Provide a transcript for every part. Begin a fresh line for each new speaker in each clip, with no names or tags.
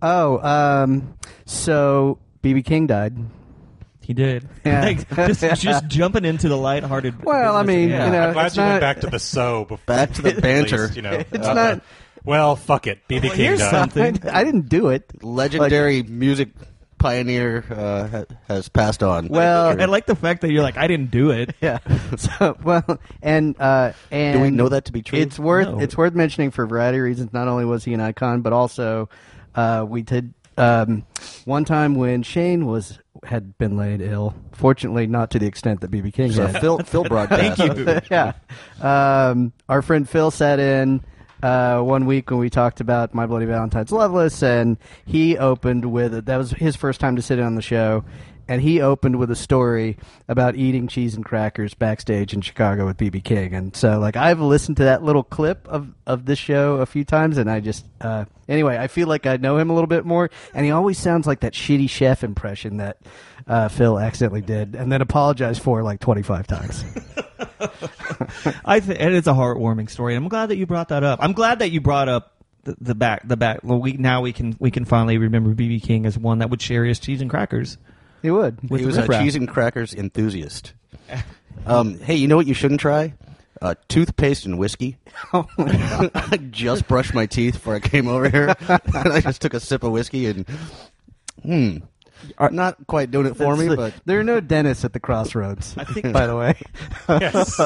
Oh, um, so BB King died.
He did.
Yeah.
Like, just, just jumping into the lighthearted.
Well, I mean,
Yeah.
you know,
I'm glad
it's
you
not-
went back to the so before.
Back to the
at
banter.
least, you know,
It's not-
Well, fuck it. BB King
here's
died.
something.
I, I didn't do it.
Legendary music pioneer uh, ha- has passed on.
Well-
I like the fact that you're like, I didn't do it.
Yeah. So well, and uh, and
do we know that to be true?
It's worth
No.
it's worth mentioning for a variety of reasons. Not only was he an icon, but also uh, we did um, one time when Shane was had been laid ill. Fortunately, not to the extent that BB King
so
had.
Phil, Phil broadcast.
Thank you.
yeah. Um, our friend Phil sat in uh, one week when we talked about My Bloody Valentine's Loveless, and he opened with that was his first time to sit in on the show, and he opened with a story about eating cheese and crackers backstage in Chicago with BB King, and so like I've listened to that little clip of of this show a few times, and I just uh, anyway I feel like I know him a little bit more, and he always sounds like that shitty chef impression that. Uh, Phil accidentally did, and then apologized for like twenty five times.
I th- and it's a heartwarming story. I'm glad that you brought that up. I'm glad that you brought up the, the back, the back. Well, we now we can we can finally remember BB King as one that would share his cheese and crackers.
He would.
With
he was a
Riff Raff.
cheese and crackers enthusiast. Um, hey, you know what you shouldn't try? Uh, toothpaste and whiskey.
Oh
I just brushed my teeth before I came over here, and I just took a sip of whiskey and, hmm, not quite doing it for
That's
me,
the-
but
there are no dentists at the crossroads. I think, by the way.
Yes.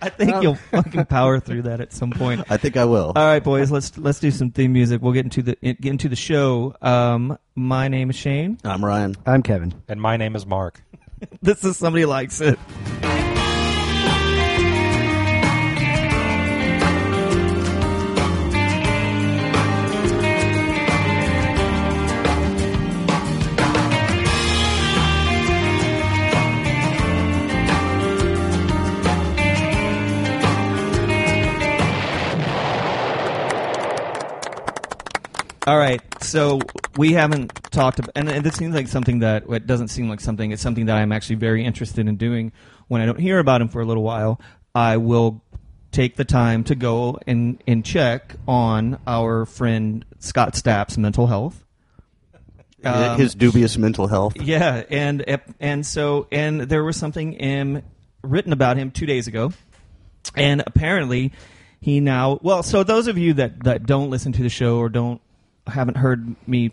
I think you'll fucking power through that at some point.
I think I will.
All right, boys, let's let's do some theme music. We'll get into the get into the show. Um, my name is Shane.
I'm Ryan.
I'm Kevin.
and my name is Mark.
This is somebody likes it. All right, so we haven't talked about, and, and this seems like something that it doesn't seem like something. It's something that I'm actually very interested in doing. When I don't hear about him for a little while, I will take the time to go and and check on our friend Scott Stapp's mental health. Um,
His dubious mental health.
yeah, and and so and there was something um, written about him two days ago, and apparently he now well. So those of you that that don't listen to the show or don't haven't heard me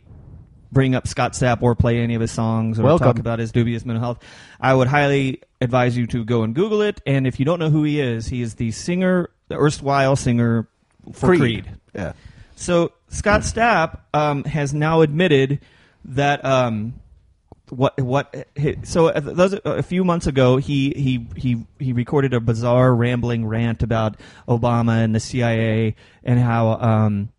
bring up Scott Stapp or play any of his songs or
Welcome.
talk about his dubious mental health, I would highly advise you to go and Google it. And if you don't know who he is, he is the singer, the erstwhile singer for
Creed.
Creed.
Yeah.
So Scott Stapp um, has now admitted that um, what what hi- so a- those uh, a few months ago he he he he recorded a bizarre rambling rant about Obama and the CIA and how um,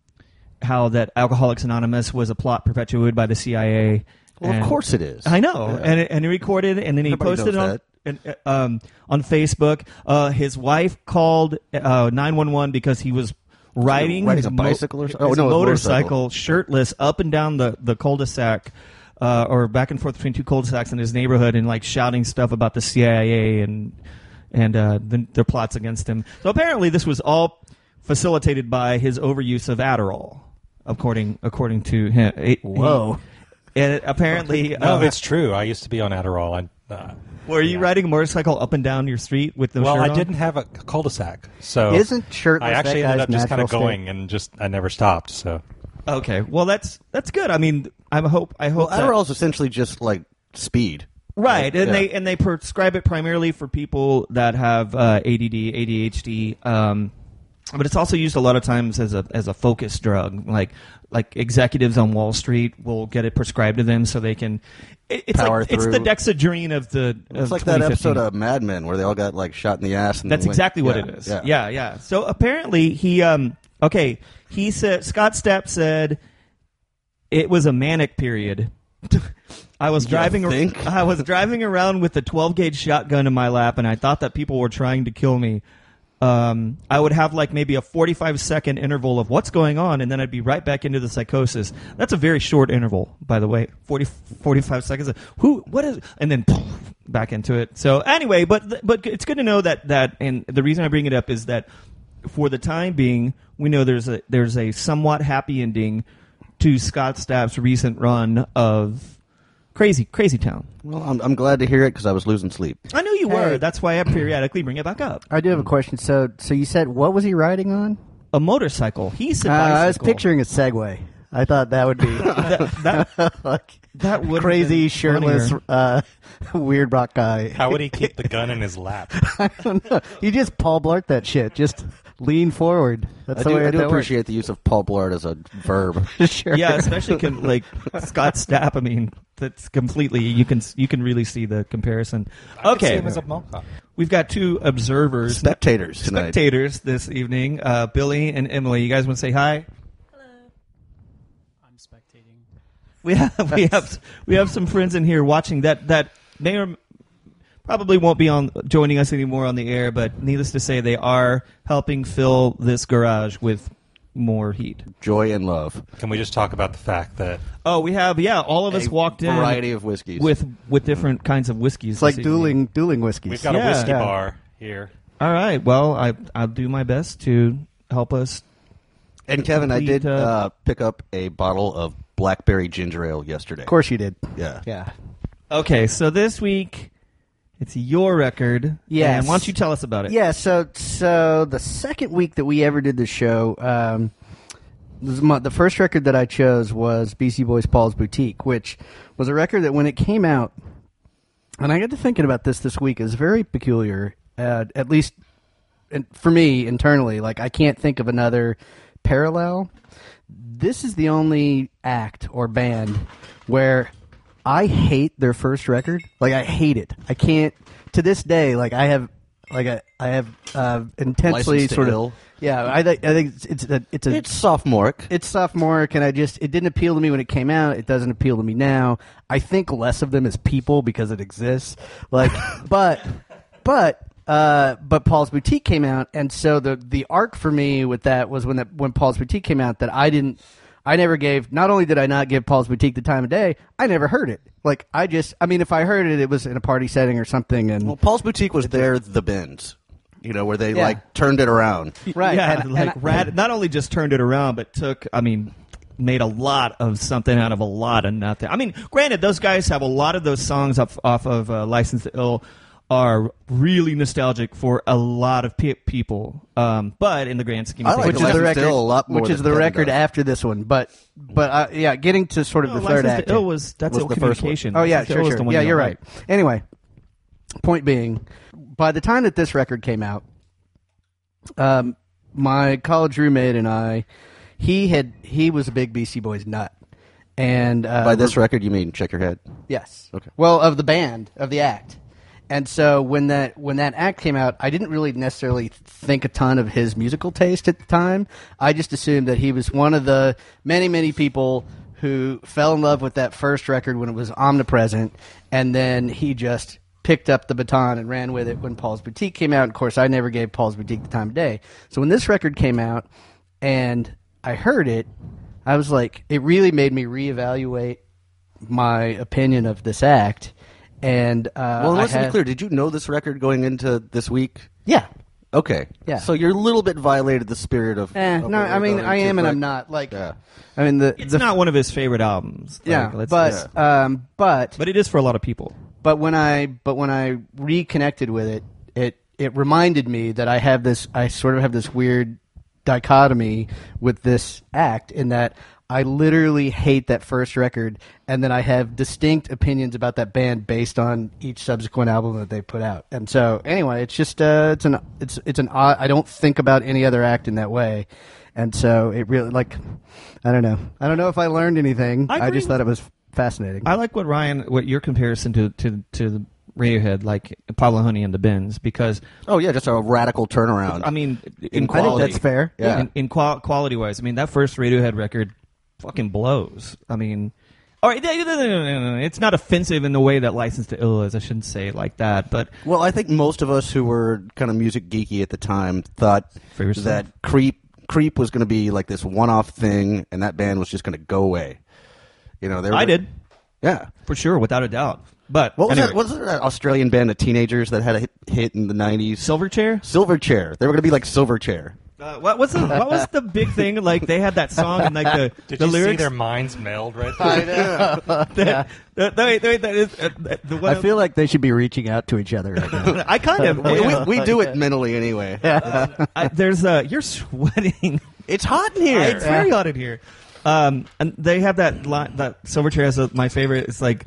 how that Alcoholics Anonymous was a plot perpetuated by the CIA.
Well, of
And-
course it is.
I know,
Yeah.
and it- and he recorded and then he
Everybody
posted it
knows
on
that.
and, uh, um, on Facebook. Uh, his wife called uh, nine one one because he was riding,
Riding
his
a
mo-
bicycle or so- oh,
his
no, a
motorcycle
motorcycle.
shirtless up and down the the cul-de-sac. Uh, or back and forth between two cul-de-sacs in his neighborhood, and like shouting stuff about the CIA and and uh, the, their plots against him. So apparently, this was all facilitated by his overuse of Adderall, according according to him. It- he-
Whoa.
and it, apparently,
No,
uh,
it's true. I used to be on Adderall. I, uh,
were you riding a motorcycle up and down your street with no
well,
shirt
I
on?
didn't have a cul-de-sac, so
Isn't shirtless
I actually
that guy's
ended up just kind
natural
of
state?
going and just I never stopped. So
Okay, well that's that's good. I mean, I hope I hope
Well,
that-
Adderall's essentially just like speed.
right, and
Yeah.
they and they prescribe it primarily for people that have uh, ADD, ADHD. Um, but it's also used a lot of times as a as a focus drug. Like like executives on Wall Street will get it prescribed to them so they can. It, it's
Power
like it's the
through.
Dexedrine of the.
It's
of
like that
2015.
episode of Mad Men where they all got like shot in the ass. And
That's
went-
exactly what
Yeah,
it is. Yeah. yeah, So apparently he um okay, he said Scott Stapp said it was a manic period. I was driving ar-
think?
I was driving around with a 12 gauge shotgun in my lap and I thought that people were trying to kill me. Um, I would have like maybe a 45 second interval of what's going on and then I'd be right back into the psychosis. That's a very short interval, by the way. 40 45 seconds. Of, who what is and then back into it. So anyway, but th- but it's good to know that that and the reason I bring it up is that for the time being, we know there's a there's a somewhat happy ending to Scott Stapp's recent run of Crazy Crazy Town.
Well, I'm, I'm glad to hear it because I was losing sleep.
I knew you
Hey.
were. That's why I periodically bring it back up.
I do have a question. So, so you said what was he riding on?
A motorcycle. He's a
Uh,
bicycle.
I was picturing a Segway. I thought that would be
that. that
like
that would have
crazy
been
shirtless,
funnier.
uh, weird rock guy.
How would he keep the gun in his lap?
I don't know. You just Paul Blart that shit. Just lean forward. That's
I
the
do,
way
I do
that
appreciate the use of Paul Blart as a verb.
works. sure.
Yeah, especially com- like Scott Stapp. I mean, that's completely you can you can really see the comparison.
I could see
Okay,
him as a mohawk.
we've got two observers,
Spectators tonight.
spectators this evening, uh, Billy and Emily. You guys want to say hi?
I'm spectating.
We have we have we have some friends in here watching that that may or probably won't be on joining us anymore on the air, but needless to say, they are helping fill this garage with more heat.
Joy and love.
Can we just talk about the fact that
Oh, we have yeah, all of us
A
walked in
variety of whiskeys.
with with different kinds of whiskeys.
It's like
this evening.
dueling dueling whiskeys.
we've got
Yeah.
a whiskey
Yeah.
bar here?
All right. Well, I I'll do my best to help us.
And Kevin, I
Complete,
did
uh,
uh, pick up a bottle of blackberry ginger ale yesterday.
Of course you did.
Yeah.
Yeah.
Okay, so this week it's your record.
Yes.
And why don't you tell us about it?
Yeah, so so the second week that we ever did the show, um, this is my, the first record that I chose was BC Boys Paul's Boutique, which was a record that when it came out, and I got to thinking about this this week, is very peculiar. Uh, at least and for me internally, like I can't think of another parallel. This is the only act or band where I hate their first record. Like I hate it. I can't to this day. Like I have, like I, I have uh, intensely
License to
sort of.
Ill.
Yeah, I, thi- I think it's, it's a it's a
It's sophomoric.
it's sophomoric and I just it didn't appeal to me when it came out. It doesn't appeal to me now. I think less of them as people because it exists. Like but but uh, but Paul's Boutique came out and so the the arc for me with that was when that when Paul's Boutique came out that I didn't I never gave not only did I not give Paul's Boutique the time of day, I never heard it. Like I just I mean if I heard it it was in a party setting or something and
well, Paul's Boutique was there, the bins, you know, where they
Yeah.
like turned it around.
right
Yeah,
and-
like
and I-
rad- not only just turned it around, but took. I mean, made a lot of something out of a lot of nothing. I mean, granted, those guys have a lot of those songs off off of uh, License to Ill are really nostalgic for a lot of pe- people. Um, but in the grand scheme, of
I like
things,
which
the
is the
License to
record,
Ill a lot more
which is
than
the
Kevin
record
does.
after this one, but but uh, yeah, getting to sort of
No,
the third
Oh, License
act.
to Ill was that's
Was
Ill
the first one.
communication.
Oh yeah,
License to Ill
sure,
was
sure.
the one
Yeah,
you
you're
don't
right. Anyway, point being, by the time that this record came out, um, my college roommate and I, he had he was a big BC Boys nut, and uh,
By this record, you mean check your
Uh,
head.
Yes.
Okay.
Well, of the band, of the act. And so when that when that act came out, I didn't really necessarily think a ton of his musical taste at the time. I just assumed that he was one of the many many people who fell in love with that first record when it was omnipresent, and then he just picked up the baton and ran with it when Paul's Boutique came out. Of course, I never gave Paul's Boutique the time of day. So when this record came out, and I heard it, I was like, it really made me reevaluate my opinion of this act. And uh,
Well,
I
let's be
had-
clear. Did you know this record going into this week?
Yeah.
Okay.
Yeah.
So you're a little bit violated the spirit of.
Eh,
of what
no,
we're
I mean,
going
I
to,
am and
but-
I'm not. Like,
Yeah.
I mean, the,
It's
the
not one of his favorite albums. Like,
yeah,
let's- let's-
but um, but
but it is for a lot of people.
but when I but when I reconnected with it, it it reminded me that I have this I sort of have this weird dichotomy with this act in that I literally hate that first record and then I have distinct opinions about that band based on each subsequent album that they put out. And so anyway, it's just uh, it's an it's it's an odd, I don't think about any other act in that way. And so it really like I don't know. I don't know if I learned anything.
I
I,
agree
just thought
with-
it was fascinating.
I like what Ryan, what your comparison to to to the Radiohead, like Pablo Honey and the Bins, because
Oh yeah, just a radical turnaround.
I mean,
In
I
in
think
quality,
that's fair.
Yeah.
in, in qual- quality wise, I mean that first Radiohead record fucking blows. I mean, all right, it's not offensive in the way that License to Ill is. I shouldn't say it like that, but
Well, I think most of us who were kind of music geeky at the time thought
For yourself.
that creep creep was going to be like this one-off thing, and that band was just going to go away. You know, they were
I did
Yeah.
for sure, without a doubt. But
What was
anyway,
that? What was that Australian band of teenagers that had a hit, hit in the nineties?
Silverchair?
Silverchair. They were going to be like Silverchair.
Uh, what was the what was the big thing? Like they had that song and like the
Did
the
you
lyrics.
see their minds meld right there?
that, that, wait, wait, that is, uh, uh, the one
I feel like they should be reaching out to each other right now.
I kind of
We-
Oh, yeah.
we, we do it mentally anyway.
I, there's uh you're sweating.
It's hot in here.
It's very hot in here. Um, and they have that line that Silverchair has a, my favorite. It's like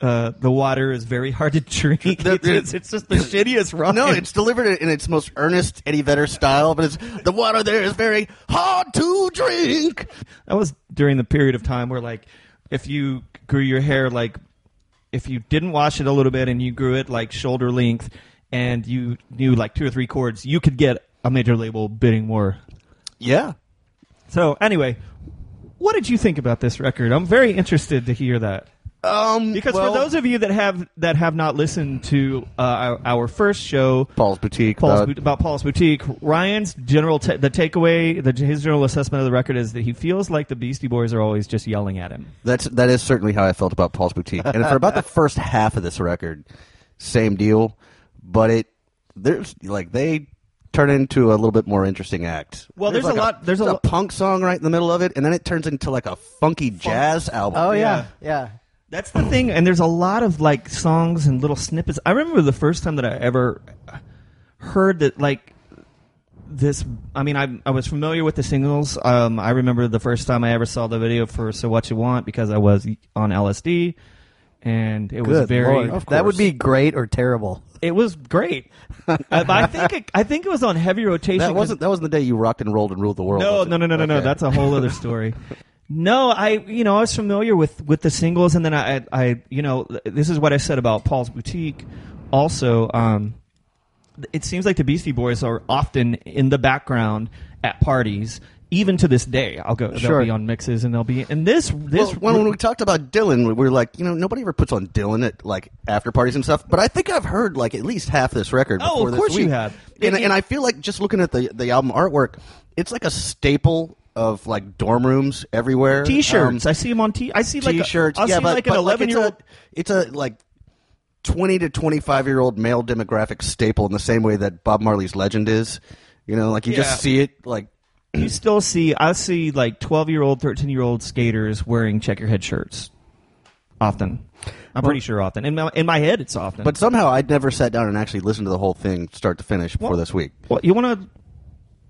uh, the water is very hard to drink. It's, just- it's just the shittiest rhyme.
No, it's delivered in its most earnest Eddie Vedder style, but it's the water there is very hard to drink.
that was during the period of time where like if you grew your hair like if you didn't wash it a little bit and you grew it like shoulder length and you knew like two or three chords, you could get a major label bidding war.
Yeah.
So anyway, what did you think about this record? I'm very interested to hear that.
Um,
Because
well,
for those of you that have that have not listened to uh, our, our first show,
Paul's boutique.
Paul's
about-
Bout- about Paul's boutique, Ryan's general ta the takeaway, the, his general assessment of the record is that he feels like the Beastie Boys are always just yelling at him.
That's that is certainly how I felt about Paul's Boutique, and for about the first half of this record, same deal. But it there's like they turn into a little bit more interesting act.
Well, there's a
like
lot- there's a lo-
punk song right in the middle of it, and then it turns into like a funky jazz album.
Oh yeah, yeah.
That's the thing, and there's a lot of like songs and little snippets. I remember the first time that I ever heard that like this. I mean, I I was familiar with the singles. Um, I remember the first time I ever saw the video for "So What You Want" because I was on LSD, and it was
Good
very.
Lord. that would be great or terrible.
It was great. Uh, but I think it, I think it was on heavy rotation.
that
'cause-
wasn't that wasn't the day you rocked and rolled and ruled the world.
no,
was it?
no, no, no, no, no.
Okay.
That's a whole other story. No, I you know I was familiar with with the singles, and then I I- I you know this is what I said about Paul's Boutique. Also, um, it seems like the Beastie Boys are often in the background at parties, even to this day. I'll go.
Sure.
They'll be on mixes, and they'll be and this
Well,
this
when, when we talked about Dylan, we were like, you know, nobody ever puts on Dylan at like after parties and stuff. But I think I've heard like at least half this record.
Oh,
before
of
this
course you
week.
have.
And,
It-
and I feel like just looking at the the album artwork, it's like a staple of like dorm rooms everywhere.
T-shirts.
Um,
I see them on T. I see like a-
t-shirts.
I see
yeah, but,
like
but,
an
like,
eleven
it's
year old.
a- It's a like. 20 to 25 year old male demographic staple in the same way that Bob Marley's legend is. You know, like you
Yeah.
just see it like
you still see I see like twelve year old, thirteen year old skaters wearing checkerhead shirts. Often, I'm pretty sure often. In my in my head, it's often.
but somehow I'd never sat down and actually listened to the whole thing start to finish before
Well-
this week.
Well, you want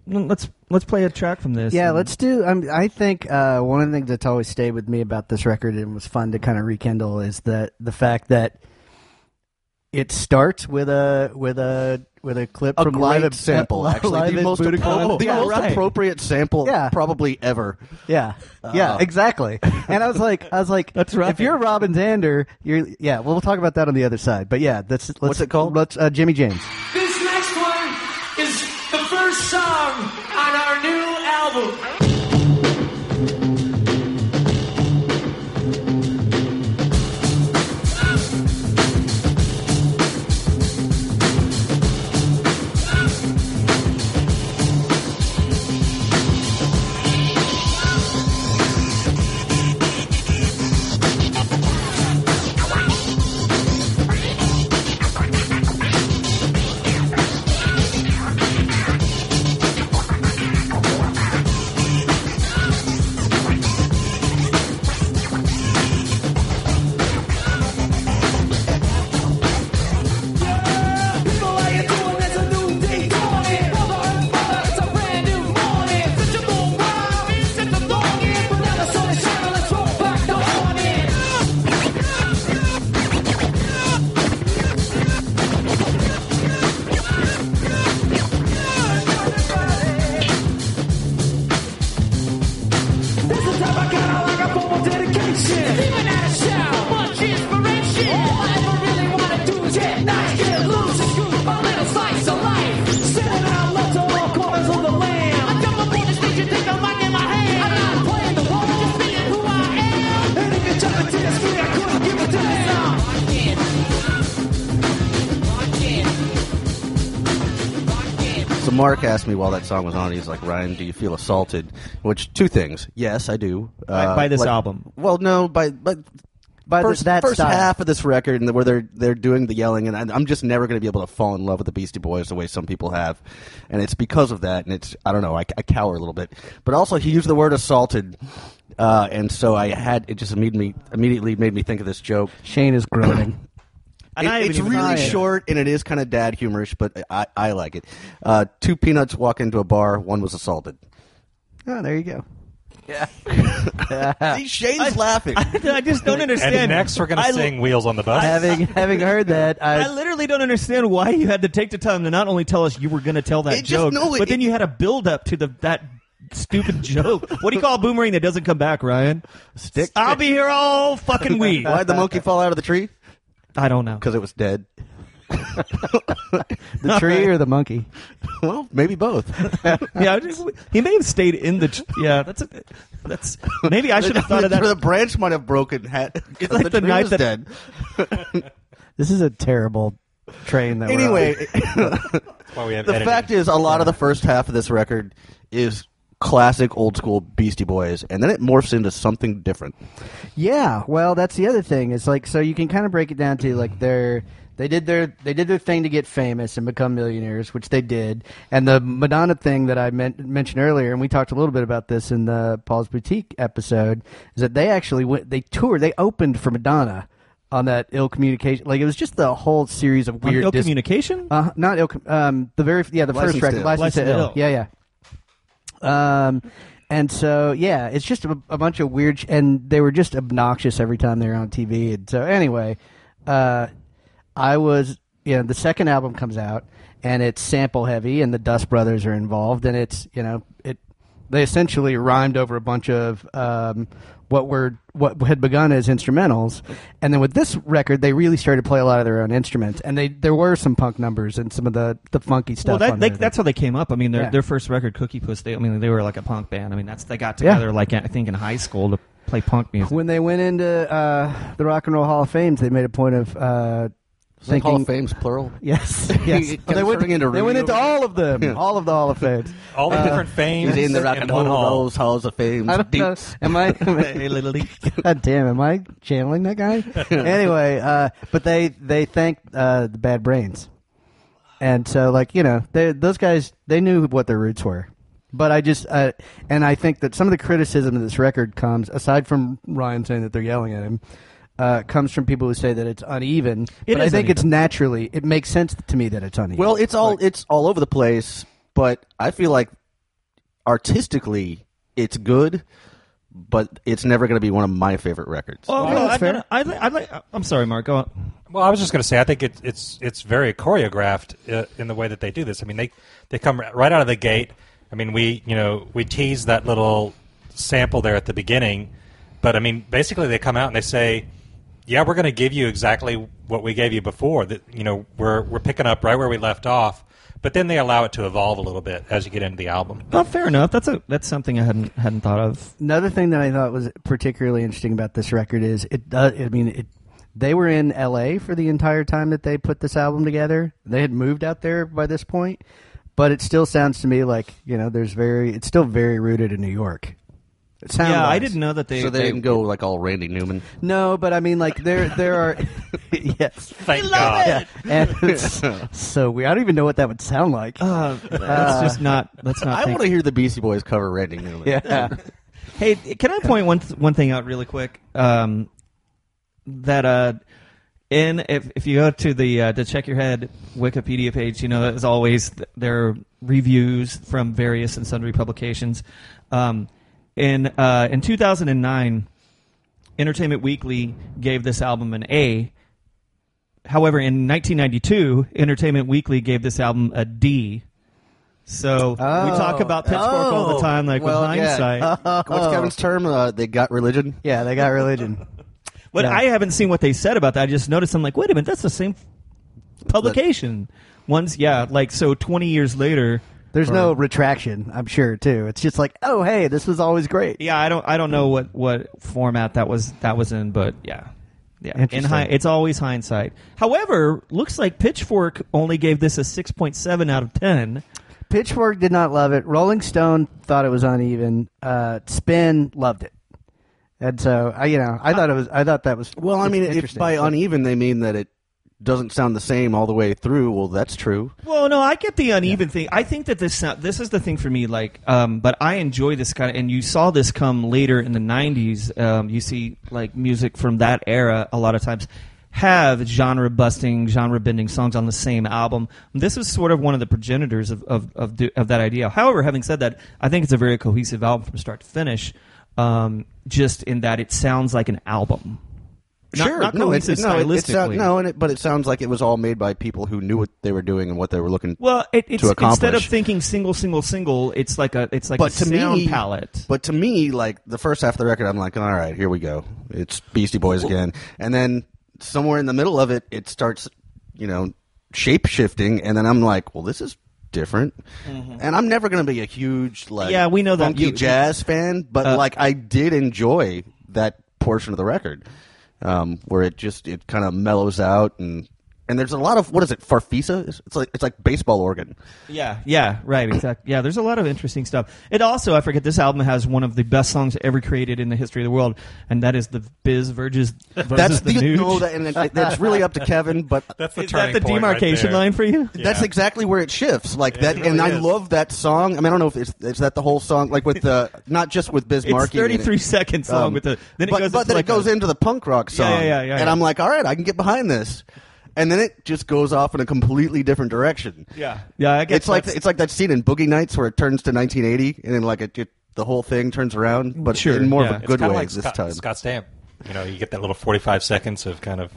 to let's let's play a track from this.
Yeah,
And-
let's do. Um, I think uh, one of the things that's always stayed with me about this record and was fun to kind of rekindle is that the fact that it starts with a with a with a clip
a
from
great
live at-
sample,
live
actually. the
at
most,
Budokan.
appro- the
Yeah,
most
right.
appropriate sample
Yeah.
probably ever.
Yeah, yeah, exactly. And I was like, I was like,
That's right.
If you're Robin Zander, you're yeah. Well, we'll talk about that on the other side. But yeah, that's let's,
What's it called?
Let's uh, Jimmy James.
This next one is the first song on our new album.
People, how you doing? It's a new day dawning. Brother and mother, it's a brand new morning. Such a long while, it's such a longing. But now the sun is shining, let's roll back the awning. This is how I got out like a form of dedication. Even out of shower, much inspiration. All I ever really wanna do is get nice, get loose, and scoop my little slice of life. Sending out love to all corners of the land. I jump up on the stage and take a mic in my hand. I'm not playing the role, just being who I am. And if you're trying to test me, I couldn't give a damn.
So Mark asked me while that song was on, he's like, Ryan, do you feel assaulted? Which, two things. Yes, I do. Uh,
By- by this album.
Well, no, by, but
by the-
first,
that
first
style.
half of this record and where they're they're doing the yelling and I, I'm just never going to be able to fall in love with the Beastie Boys the way some people have, and it's because of that. And it's I don't know I, I cower a little bit, but also he used the word assaulted, uh, and so I had it just immediately immediately made me think of this joke.
Shane is groaning.
And
It-
I haven't
it's
even
really
tried it.
short and it is kind of dad humorish, but I, I like it. Uh, two peanuts walk into a bar, one was assaulted.
oh, there you go.
See, Shane's laughing.
Ah. I just don't understand.
And next, we're going
I
to
l-
sing Wheels on the Bus.
Having having heard that,
I
I,
literally don't understand why you had to take the time to not only tell us you were going to tell that
It just-
joke,
no, it-
but then you had a build up to the that stupid joke. What do you call a boomerang that doesn't come back, Ryan?
Stick.
I'll be here all fucking week.
Why'd the monkey fall out of the tree?
I don't know.
Because it was dead.
the tree or the monkey.
Well, maybe both.
Yeah, I just- he may have stayed in the. tr- Yeah, that's a, that's maybe I should have thought of that.
the branch might have broken. Hat. It's
like the
tree
night
was
that-
dead.
This is a terrible train that. we're on.
Anyway,
That's why we have
the
editing.
fact is, a lot of the first half of this record is classic old school Beastie Boys, and then it morphs into something different.
Yeah, well, that's the other thing. It's like so you can kind of break it down to like their they did their they did their thing to get famous and become millionaires, which they did. And the Madonna thing that I men- mentioned earlier, and we talked a little bit about this in the Paul's Boutique episode, is that they actually went they toured, they opened for Madonna on that ill communication. Like it was just the whole series of weird
Ill
dis-
communication.
uh, not ill. Um, the very yeah, the
License
first
to
record,
Ill.
License, to
License to
Ill.
Ill.
Yeah, yeah. Um, and so yeah, it's just a, a bunch of weird, sh- and they were just obnoxious every time they were on TV. And so anyway, uh, I was you know the second album comes out and it's sample heavy, and the Dust Brothers are involved, and it's you know it they essentially rhymed over a bunch of um, what were what had begun as instrumentals, and then with this record, they really started to play a lot of their own instruments, and they there were some punk numbers and some of the the funky
Well,
stuff.
that,
on
they,
there.
that's how they came up. I mean, their
Yeah.
their first record, Cookie Puss. They, I mean, they were like a punk band. I mean, that's they got
Yeah.
together like I think in high school to play punk music.
when they went into uh, the Rock and Roll Hall of Fame, they made a point of uh,
Is that Hall of
thinking.
Fame's plural.
Yes, yes.
Kept
they went,
turning into
they went
Rudy
into
over-
all of them, all of the Hall of Fames.
all the different fames
Uh, He's in the Rock and Roll
one hall.
Rolls Halls of Fame.
I don't know.
Dukes.
Am I? Am I
Hey, little leak.
God damn, am I channeling that guy? anyway, uh, but they they thanked uh, the Bad Brains, and so like you know they, those guys they knew what their roots were. But I just uh, and I think that some of the criticism of this record comes aside from Ryan saying that they're yelling at him. Uh, comes from people who say that it's uneven,
It
but I
is
think
uneven.
it's naturally. It makes sense to me that it's uneven.
Well, it's all it's all over the place, but I feel like artistically it's good, but it's never going to be one of my favorite records.
Oh,
yeah,
no,
that's
I,
fair.
I, I, I, I'm sorry, Mark. Go on.
Well, I was just going to say, I think it's it's it's very choreographed uh, in the way that they do this. I mean, they they come r- right out of the gate. I mean, we you know we tease that little sample there at the beginning, but I mean, basically they come out and they say, "Yeah, we're going to give you exactly what we gave you before. That you know we're we're picking up right where we left off." But then they allow it to evolve a little bit as you get into the album.
Oh, fair enough. That's a that's something I hadn't hadn't thought of.
Another thing that I thought was particularly interesting about this record is it does. I mean, it, they were in L.A. for the entire time that they put this album together. They had moved out there by this point, but it still sounds to me like you know, there's very. It's still very rooted in New York. Sound
Yeah, I didn't know that they.
so they, didn't go like all Randy Newman.
No, but I mean, like there, there are. yes.
Thank God.
Yeah, and it's so we. I don't even know what that would sound like.
Uh, that's just not. That's not.
I
think-
want to hear the Beastie Boys cover Randy Newman.
yeah.
Hey, can I point one th- one thing out really quick? Um, that uh, in if if you go to the uh, to check your head Wikipedia page, you know as always th- there are reviews from various and sundry publications. Um, in uh, in 2009, Entertainment Weekly gave this album an A. However, in 1992, Entertainment Weekly gave this album a D. So we talk about Pitchfork all the time, like
Oh. Well,
with hindsight.
yeah. What's Kevin's term? Uh, they got religion.
yeah, they got religion.
But
Yeah.
I haven't seen what they said about that. I just noticed. I'm like, wait a minute, that's the same publication. One's yeah, like so. Twenty years later,
There's no retraction, I'm sure too. It's just like, oh hey, this was always great.
yeah, I don't, I don't know what what format that was that was in, but yeah, yeah. In
Interesting.
hi- it's always hindsight. However, looks like Pitchfork only gave this a six point seven out of ten.
Pitchfork did not love it. Rolling Stone thought it was uneven. Uh, Spin loved it. And so I, you know, I thought it was. I thought that was
Well, I mean, if
interesting.
by uneven they mean that it doesn't sound the same all the way through, well, that's true.
Well, no, I get the uneven thing. I think that this sound, this is the thing for me. Like, um, but I enjoy this kind of, and you saw this come later in the '90s. Um, you see, like music from that era, a lot of times have genre busting, genre bending songs on the same album. This is sort of one of the progenitors of of of, do, of that idea. However, having said that, I think it's a very cohesive album from start to finish. Um, just in that it sounds like an album. Not-
sure,
not
no, it,
cohesive
no, it, it sound-
stylistically.
no, and it, but it sounds like it was all made by people who knew what they were doing and what they were looking
Well, it, it's
to accomplish.
instead of thinking single, single, single, it's like a it's like
but
a
to
sound
me,
palette.
But to me, like the first half of the record, I'm like, all right, here we go. It's Beastie Boys again, and then somewhere in the middle of it, it starts, you know, shape shifting, and then I'm like, well, this is different, and I'm never going to be a huge like
Mm-hmm. Yeah, we know that.
funky
You- Uh,
jazz fan, but like I did enjoy that portion of the record um, where it just it kind of mellows out and. And there's a lot of what is it? Farfisa? It's it's like it's like baseball organ.
yeah, yeah, right, exactly. Yeah, there's a lot of interesting stuff. It also, I forget, this album has one of the best songs ever created in the history of the world, and that is the Biz Verges versus
That's
the,
the,
Nuge.
no, that, and it- that's really up to Kevin. But
That's the
is
turning
that the
point right
demarcation
there.
line for you?
Yeah.
That's exactly where it shifts, like that,
it really
and I
is.
love that song. I mean, I don't know if it's is that the whole song, like with the not just with Biz
It's
Markie in it.
33 seconds long
Um,
with the then it
but,
goes
but
into
then
like
it goes
a-
into the punk rock
Yeah,
song,
yeah, yeah, yeah,
and
yeah.
I'm like, all right, I can get behind this, and then it just goes off in a completely different direction.
Yeah, yeah. I guess
it's like
that's-
it's like that scene in Boogie Nights where it turns to 1980, and then like it, it the whole thing turns around, but
Sure,
in more
yeah.
of a
It's
good way
kinda like
this
Scott,
time.
Scott Stamp. You know, you get that little 45 seconds of kind of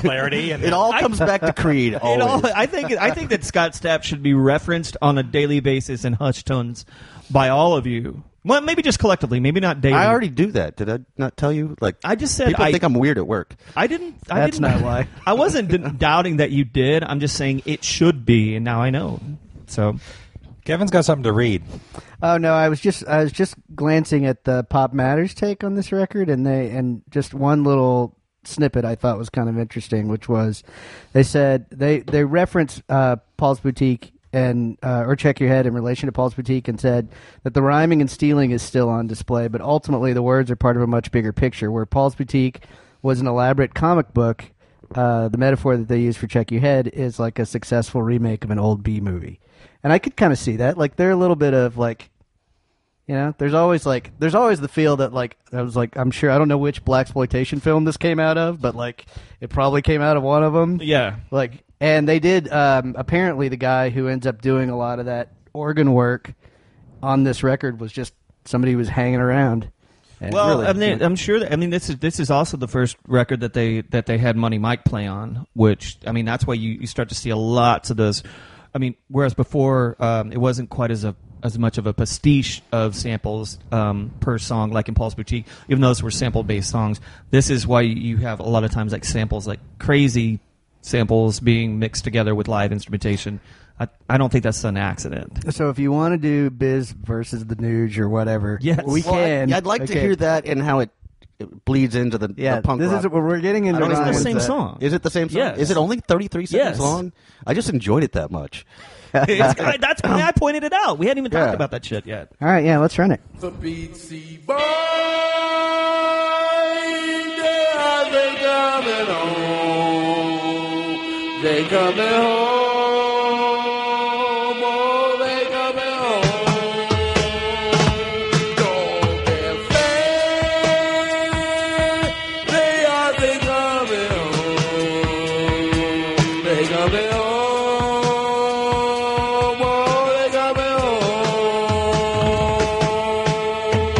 clarity, and
it all comes back to Creed.
It
Always.
all, I think I think that Scott Stapp should be referenced on a daily basis in hushed tones by all of you. Well, maybe just collectively, maybe not daily.
I already do that. Did I not tell you? Like
Mm. I just said
people
I-
think I'm weird at work.
I didn't. I
That's
didn't,
not why.
I wasn't d- doubting that you did. I'm just saying it should be, and now I know. So
Kevin's got something to read.
Oh no, I was just I was just glancing at the Pop Matters take on this record, and they and just one little snippet I thought was kind of interesting, which was they said they they referenced uh, Paul's Boutique and uh, or Check Your Head in relation to Paul's Boutique, and said that the rhyming and stealing is still on display, but ultimately the words are part of a much bigger picture. Where Paul's Boutique was an elaborate comic book. Uh, the metaphor that they use for Check Your Head is like a successful remake of an old B movie. And I could kind of see that. Like, they're a little bit of like, you know, there's always like there's always the feel that like I was like I'm sure I don't know which black exploitation film this came out of, but like it probably came out of one of them.
yeah,
Like and they did um apparently the guy who ends up doing a lot of that organ work on this record was just somebody who was hanging around. And
Well,
really-
I mean,
um,
I'm sure. That, I mean, this is this is also the first record that they that they had Money Mike play on, which I mean, that's why you, you start to see a lot of those. I mean, whereas before um, it wasn't quite as a as much of a pastiche of samples um, per song, like in Paul's Boutique, even though those were sample based songs. This is why you have a lot of times like samples, like crazy samples being mixed together with live instrumentation. I, I don't think that's an accident.
so if you want to do Biz versus the Nuge or whatever,
Yes.
we
Well, I-
can.
yeah, I'd like to
Okay.
hear that and how it, it bleeds into the, the
Yeah,
punk
this
rock.
is what we're getting into.
I don't even know
the
Ryan's,
what
same
uh,
that-
song.
Is it the same song?
Yes.
Is it only 33 seconds
Yes.
long? I just enjoyed it that much.
It's- that's why I pointed it out. We hadn't even
Yeah.
talked about that shit yet.
All right, yeah, let's run it.
The BC Boy, they coming home. They coming home. Oh, they coming home. Don't be afraid. They are they coming home. They coming home. Oh, they coming home.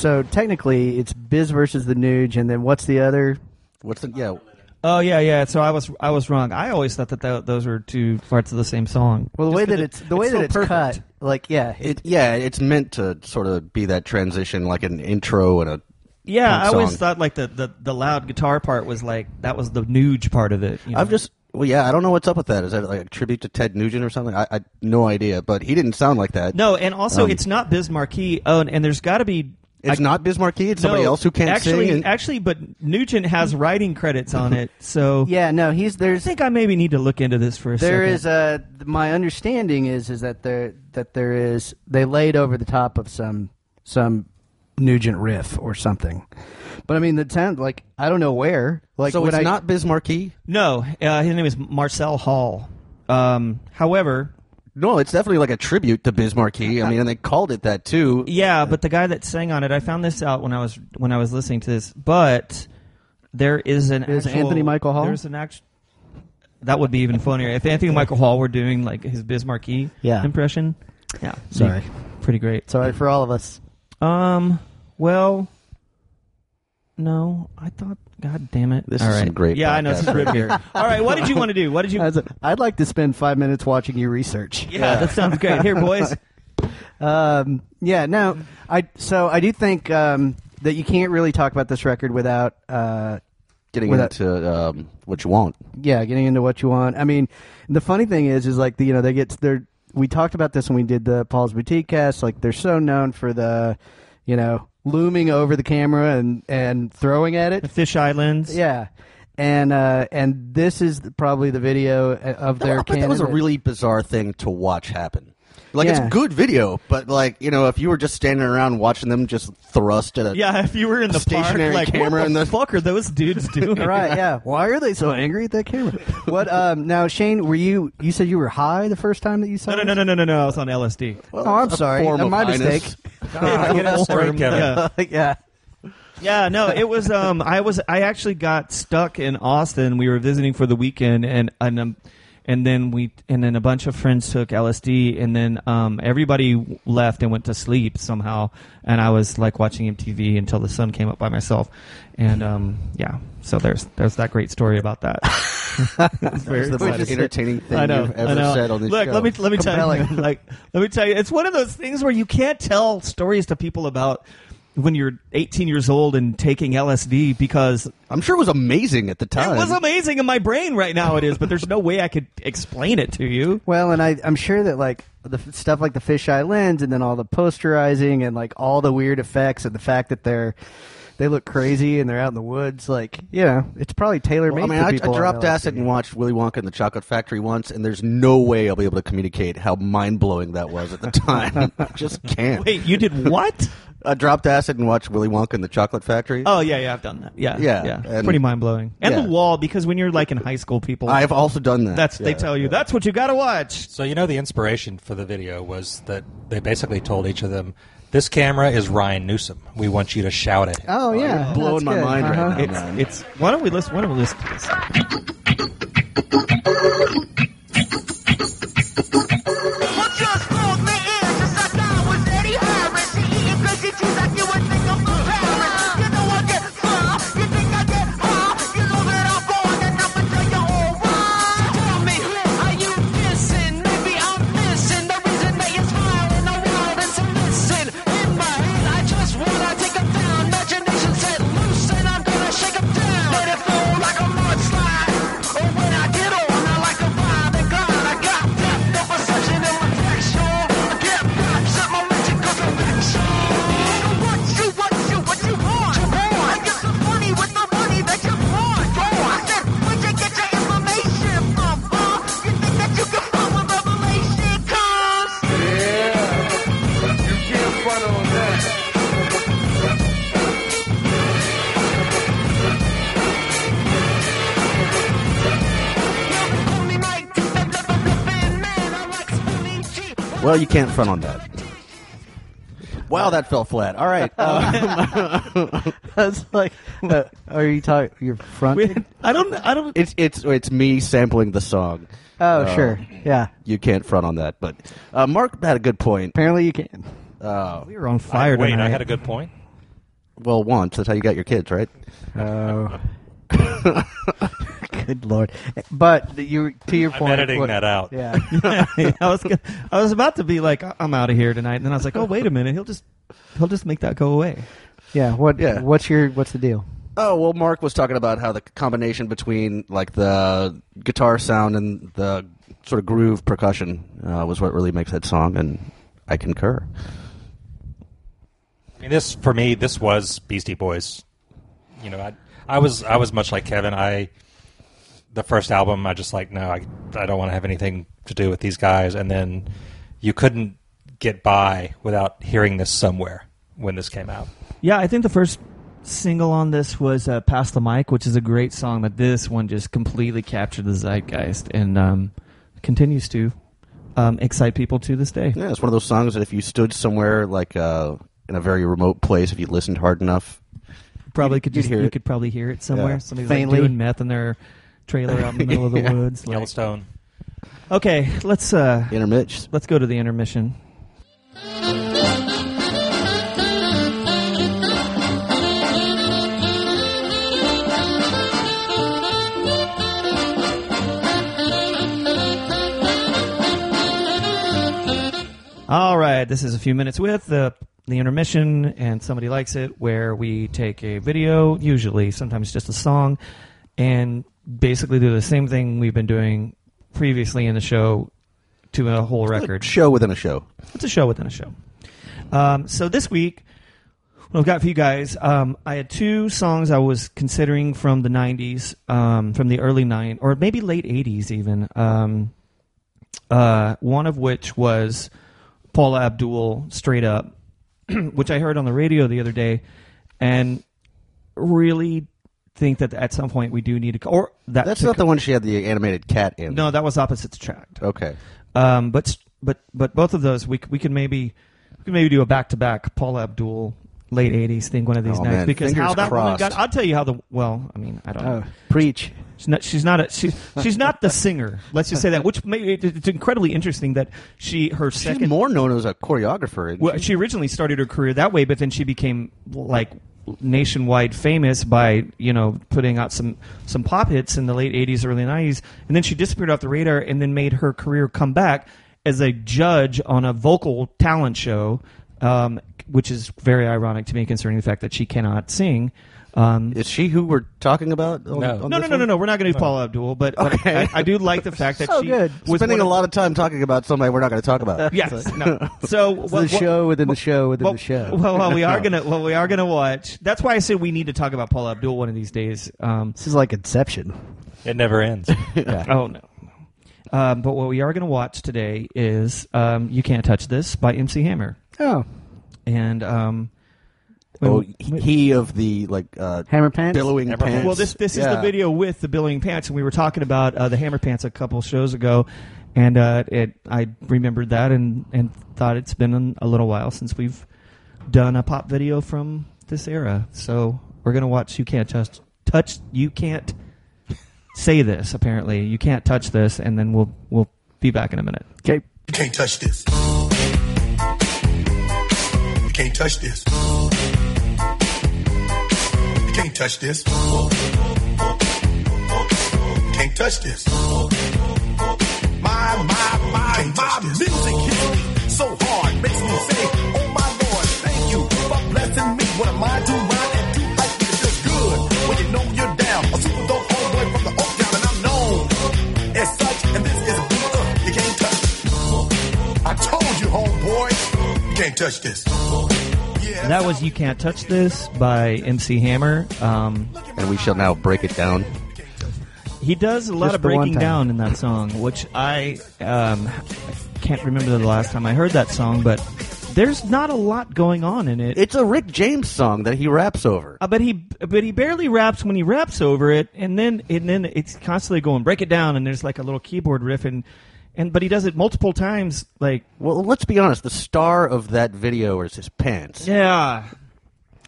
So technically, it's Biz versus the Nuge, and then what's the other?
What's the yeah?
Oh yeah, yeah. So I was I was wrong. I always thought that tho- those were two parts of the same song.
Well, the
Just
way
'cause
that
it-
it's the way
so
that it's
perfect.
cut, like yeah, it,
It, yeah, it's meant to sort of be that transition, like an intro and a.
Yeah,
punk
I always
song.
thought like the, the the loud guitar part was like that was the nuge part of it. you
I've
know?
just. Well, yeah, I don't know what's up with that. Is that like a tribute to Ted Nugent or something? I, I no idea, but he didn't sound like that.
no, and also
Um,
it's not Biz Marquee. Oh, and, and there's got to be
it's
I-
not Bismarcky. It's somebody
no,
else who can't
actually,
sing. and-
Actually, but Nugent has writing credits on it, so
yeah. No, he's
I
there's
think I maybe need to look into this for a
there
second.
is a my understanding is is that there that there is they laid over the top of some some Nugent riff or something, but I mean the sound like I don't know where like
so
when
it's
I,
not Bismarcky.
no, uh, his name is Marcel Hall. Um, however,
No, it's definitely like a tribute to Bismarcky. I mean, and they called it that too.
Yeah, but the guy that sang on it, I found this out when I was when I was listening to this. But there is an
Is
actual-
Anthony Michael Hall?
There's an actual. That would be even funnier if Anthony Michael Hall were doing like his Biz Marquee
Yeah.
impression. Yeah,
Sorry.
pretty great.
sorry for all of us.
Um, well, no, I thought. God damn it!
This
All
is
right.
some great
Yeah, I know this
podcast
is
right
ripped here. All right, what did you want to do? What did you?
As a, I'd like to spend five minutes watching you research.
yeah, that sounds great. Here, boys.
Um, yeah, no, I so I do think um, that you can't really talk about this record without uh,
Getting
Without-
into um, what you want.
yeah, getting into what you want. I mean, the funny thing is, is like the, you know they get they're we talked about this when we did the Paul's Boutique cast. Like they're so known for the, you know, looming over the camera and and throwing at it.
Fish Islands.
Yeah, and uh, and this is probably the video uh, of their.
Well, but that was a
candidate.
really bizarre thing to watch happen. Like
Yeah.
it's good video, but like you know, if you were just standing around watching them just thrust at a
Yeah, if you were in the
Stationary
park, like
camera
what
in
the
the-
fuck are those dudes doing?
right yeah why are they so angry at that camera what um now shane were you you said you were high the first time that you saw
No, no,
this?
no, no, no, no, no. I was on LSD.
oh, i'm
a
sorry
form
Uh,
of
my
highness.
mistake Oh,
Ah, get us straight,
Warm,
Kevin.
Yeah.
yeah
yeah, no, it was. Um, I was. I actually got stuck in Austin. We were visiting for the weekend, and and um, and then we and then a bunch of friends took LSD, and then um, everybody left and went to sleep somehow. And I was like watching MTV until the sun came up by myself, and um, yeah. So there's there's that great story about that. It's very
It's the
exciting.
most entertaining thing
I know,
you've
I
ever
know.
said on this
Look,
show.
let me let me tell
Compelling.
you, like let me tell you, it's one of those things where you can't tell stories to people about when you're 18 years old and taking LSD because
I'm sure it was amazing at the
it
time.
was amazing in my brain right now. It is, but there's no way I could explain it to you.
well and i i'm sure that like the f- stuff like the fisheye lens and then all the posterizing and like all the weird effects and the fact that they're they look crazy and they're out in the woods like you know it's probably tailor made
Well, I mean,
for
I, I
people on
dropped
LSD.
acid and watched Willy Wonka and the Chocolate Factory once, and there's no way I'll be able to communicate how mind blowing that was at the time. I just can't.
Wait, you did what?
I dropped acid and watched Willy Wonka and the Chocolate Factory.
Oh yeah, yeah, I've done that. Yeah,
Yeah,
yeah. It's
and-
pretty mind blowing. And
yeah.
the wall because when you're like in high school, people
I've also done that.
that's they
Yeah.
tell you that's what you got to watch.
So you know the inspiration for the video was that they basically told each of them, "This camera is Ryan Newsom. We want you to shout at him."
oh yeah
you're
that's
blowing my
good. uh-huh.
mind right
It's,
now. man.
it's why don't we listen? Why don't we listen to this?
What just called me in just like I was Eddie Harris. Eating crazy cheese like you would think I'm from Paris. You know I get fly, you think I get high. You know that I'm going and I'ma tell you all why. Tell me, are you missing? Maybe I'm missing the reason that you're smiling. I'm wild and submissive. In my head, I just wanna take 'em down. Imagination set loose and I'm gonna shake 'em down. Let it flow like a mudslide. Oh, when I get on, I like to ride and glide. I got depth of perception and reflection. I get props at my magical direction. What you, what you, what you want? You want? I get some money with the money that you want. Go on. I said, where'd you get your information from, huh? You think that you can find where revelation comes?
Yeah, you can't front on that.
Call me Mike, that never-flipping man. I like spooning cheap.
Well, you can't front on that. Wow, that fell flat. All right. Uh,
I was like uh, are you talking your front
We- I don't. I don't.
it's it's it's me sampling the song. Uh,
oh sure yeah
You can't front on that, but uh, Mark had a good point.
apparently you can
Uh,
You're on fire
Wait,
tonight.
I had a good point.
well, once that's how you got your kids, right?
oh Good lord! But you, to your
I'm
point,
editing
what-
that out.
Yeah,
I was gonna, I was about to be like "I- I'm out of here tonight, and then I was like, oh wait a minute, he'll just he'll just make that go away.
yeah. What?
Yeah.
What's your? What's the deal?
Oh well, Mark was talking about how the combination between like the guitar sound and the sort of groove percussion uh, was what really makes that song, and I concur.
I mean, this for me, this was Beastie Boys. You know, I, I was I was much like Kevin. I the first album, I just like no, I I don't want to have anything to do with these guys. And then you couldn't get by without hearing this somewhere when this came out.
Yeah, I think the first single on this was uh, "Pass the Mic," which is a great song. But this one just completely captured the zeitgeist and um, continues to um, excite people to this day.
Yeah, it's one of those songs that if you stood somewhere like uh, in a very remote place, if you listened hard enough,
Probably
You'd-
could
you'd
just
hear
you
it.
could probably hear it somewhere.
Yeah.
Somebody's
Faintly.
like doing meth in their trailer out in the middle of the woods. like-
Yellowstone.
okay, let's uh,
intermitch.
let's go to the intermission. All right, this is a few minutes with the the intermission, and somebody likes it, where we take a video, usually sometimes just a song, and basically do the same thing we've been doing previously in the show to a whole record.
Show within a show.
It's a show within a show. Um, so this week, what I've got for you guys, um, I had two songs I was considering from the '90s, um, from the early '90s, or maybe late '80s even. Um, uh, one of which was Paula Abdul, "Straight Up," which I heard on the radio the other day, and really think that at some point we do need to, or that
That's not the one she had the animated cat in.
no, that was opposites attract.
Okay.
Um, but but but both of those we c- we can maybe we can maybe do a back to back Paul Abdul late '80s thing one of these
Oh,
nights
man.
because
Fingers
how that woman
crossed. Oh.
got. I'll tell you how the well. I mean, I don't
Uh,
know.
preach.
She's not. She's not. A, she's she's not the singer. Let's just say that. Which may, it, it's incredibly interesting that she her
She's
second.
more known as a choreographer. isn't
well,
she?
she originally started her career that way, but then she became like nationwide famous by you know putting out some some pop hits in the late 80s early 90s and then she disappeared off the radar and then made her career come back as a judge on a vocal talent show um, which is very ironic to me concerning the fact that she cannot sing um,
Is she who we're talking about? On,
No.
on
no, no,
this
no, no,
one?
no. We're not going to do Paula Abdul, but, but
Okay.
I, I do like the fact that
So
she
good.
was
Spending
one
a
of-
lot of time talking about somebody we're not going to talk about.
Yes. No. So
It's the show within the show within
well,
the show.
Well, well, we are gonna well, we are gonna watch. That's why I said we need to talk about Paula Abdul one of these days. Um,
this is like Inception.
It never ends.
oh no. Um, but what we are going to watch today is um, "You Can't Touch This" by MC Hammer,
Oh,
and um,
Oh,
when-
he- he of the like uh,
Hammer pants?
billowing
Hammer
pants.
Well, this this is
Yeah.
the video with the billowing pants, and we were talking about uh, the hammer pants a couple shows ago, and uh, it I remembered that and and thought it's been a little while since we've done a pop video from this era. So we're gonna watch. You can't just touch. You can't say this. Apparently, you can't touch this, and then we'll we'll be back in a minute.
okay.
You can't touch this. You can't touch this. You can't touch this. You can't touch this. My, my, my, my music hits me so hard. Makes me say, oh my Lord, thank you for blessing me. What am I to mine? And do like it feels good when you know you're down. A super dope homeboy from the Oak Town, and I'm known as such. And this is a beat up. You can't touch I told you, homeboy, you can't touch this. Yeah,
That was "You Can't Touch This" by MC Hammer. Um,
and we shall now break it down.
He does a lot
Just
of
the one
breaking
time.
down in that song, which I um, can't remember the last time I heard that song, but there's not a lot going on in it.
It's a Rick James song that he raps over.
Uh, but he but he barely raps when he raps over it, and then and then it's constantly going break it down, and there's like a little keyboard riff, and and but he does it multiple times, like
Well, let's be honest. The star of that video is his pants.
yeah.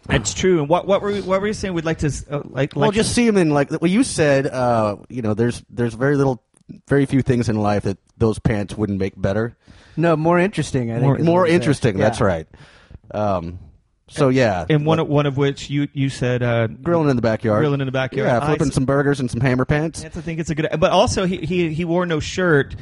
It's true. And what what were we, what were you saying? We'd like to s- uh, like
Well,
like
just see him in like well, you said. Uh, you know, there's there's very little, very few things in life that those pants wouldn't make better,
No, more interesting. I think
More-
is what
more
he said.
interesting. That's
Yeah.
right. Um, So yeah,
and one of- one of which you you said uh,
grilling in the backyard,
Grilling in the backyard.
yeah,
I
flipping
s-
some burgers and some hammer pants.
I have to think it's a good. But also, he he, he wore no shirt.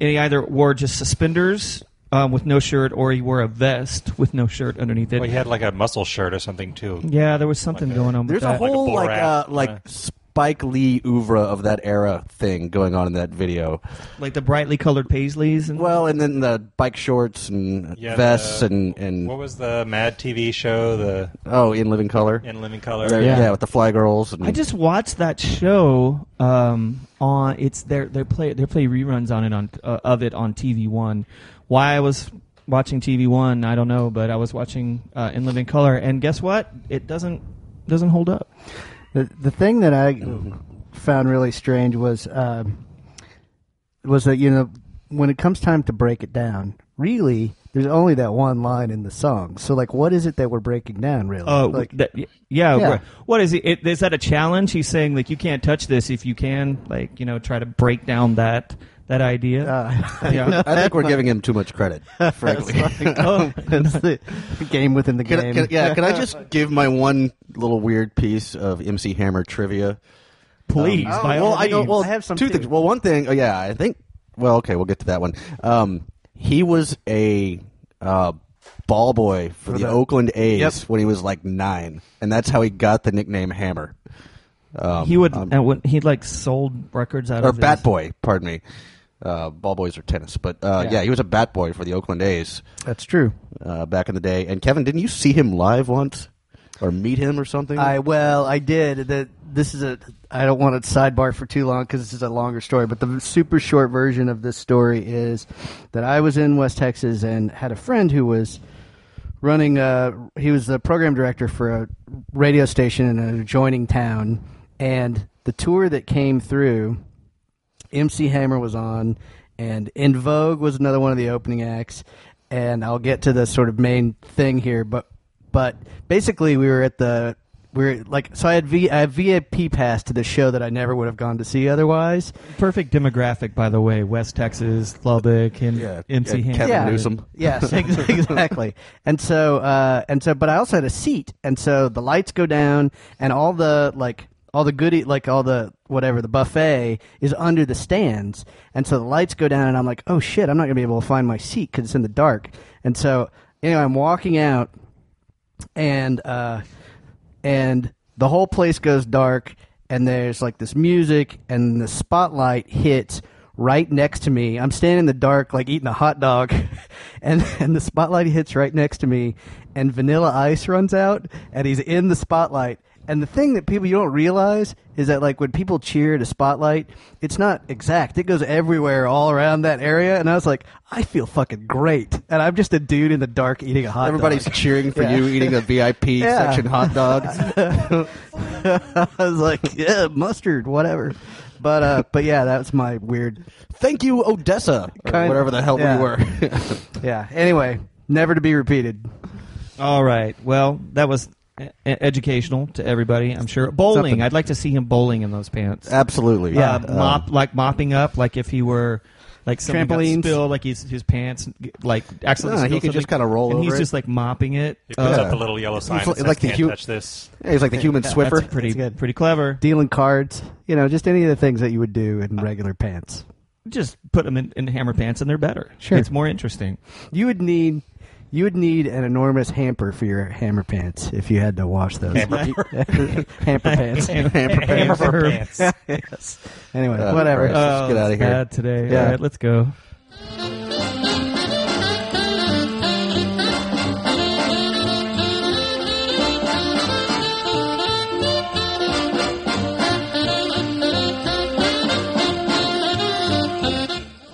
He either wore just suspenders um, with no shirt, or he wore a vest with no shirt underneath it.
Oh,
Well, he had like a muscle shirt or something too.
yeah, there was something going on.
There's
with
a
that.
whole
Like
like
a
uh,
Borat,
like
yeah.
Spike Lee oeuvre of that era thing going on in that video.
like the brightly colored paisleys and
Well, and then the bike shorts and
Yeah,
vests
the-
and and
uh, What was the Mad TV show? The
oh, in living color.
In Living Color.
There-
Yeah.
yeah. with the fly girls. And
I just watched that show um, on it's their they play they play reruns on it on uh, of it on TV One. Why I was watching TV One, I don't know, but I was watching uh, In Living Color, and guess what? It doesn't doesn't hold up.
The, the thing that I found really strange was um, was that you know when it comes time to break it down, really there's only that one line in the song. So like, what is it that we're breaking down really?
Oh,
like,
that, yeah.
Yeah.
right. What is it? it? Is that a challenge? He's saying like you can't touch this if you can, like you know, try to break down that that idea.
uh,
yeah.
I think we're giving him too much credit, frankly.
oh,
that's the game within the
Can I,
game.
can, yeah, can I just give my one little weird piece of MC Hammer trivia?
please.
Oh,
by
well,
all
I know-
means.
well, I have some
two
too.
things. Well, one thing. Oh, yeah, I think. Well, okay, we'll get to that one. Um, he was a uh, ball boy for, the,
the-
Oakland A's
Yep.
when he was like nine, and that's how he got the nickname Hammer Um,
he would,
um,
and would he like sold records out
or
of
Bat
his-
Boy. Pardon me. Uh, ball boys are tennis, but uh,
Yeah.
yeah. he was a Bat Boy for the Oakland A's
That's true.
uh, back in the day. And Kevin, didn't you see him live once or meet him or something?
I well, I did. That this is a. I don't want to sidebar for too long because this is a longer story. But the super short version of this story is that I was in West Texas and had a friend who was running. A, he was the program director for a radio station in an adjoining town, and the tour that came through MC Hammer was on, and In Vogue was another one of the opening acts. And I'll get to the sort of main thing here, but but basically we were at the we were like so I had v I had VIP pass to the show that I never would have gone to see otherwise.
Perfect demographic, by the way. West Texas, Lubbock, and
Yeah,
MC
yeah,
Hammer.
Kevin Yeah. Newsom.
Yes, ex- exactly. And so, uh, and so, but I also had a seat, and so the lights go down, and all the like, all the goodie, like all the whatever, the buffet is under the stands, and so the lights go down, and I'm like, oh shit, I'm not gonna be able to find my seat because it's in the dark, and so anyway, I'm walking out, and uh, and the whole place goes dark and there's like this music and the spotlight hits right next to me i'm standing in the dark like eating a hot dog and and the spotlight hits right next to me and vanilla ice runs out and he's in the spotlight and the thing that people you don't realize is that like when people cheer at a spotlight it's not exact it goes everywhere all around that area and i was like i feel fucking great and i'm just a dude in the dark eating a hot
Everybody's
dog
cheering for
Yeah.
you eating a VIP
Yeah.
section hot dog.
I was like, yeah, mustard, whatever. But uh, but yeah, that was my weird.
Thank you, Odessa, or
Kind-
whatever the hell
yeah.
we were.
Yeah. Anyway, never to be repeated.
All right. Well, that was e- educational to everybody, I'm sure. Bowling.
Something.
I'd like to see him bowling in those pants.
Absolutely,
yeah,
Uh,
mop like mopping up, like if he were like something got
Trampolines.
spilled, like his his pants like accidentally.
No, he
spilled
could just
something,
kinda roll
and he's
over it.
just like mopping it.
He
Uh,
puts
yeah.
up the little yellow sign
It's
that
like-
says,
like the
can't
hu-
touch this.
yeah, he's like the human Swiffer.
that's pretty
That's good.
pretty clever.
Dealing cards, you know, just any of the things that you would do in regular pants.
Just put them in, in hammer pants, and they're better.
Sure.
it's more interesting.
You would need. You would need an enormous hamper for your hammer pants if you had to wash those. Hamper, pants.
Hammer pants.
yes. Anyway,
Uh,
whatever.
right. Let's get
Oh,
outta
it's
here.
Bad today.
Yeah.
All right, let's go.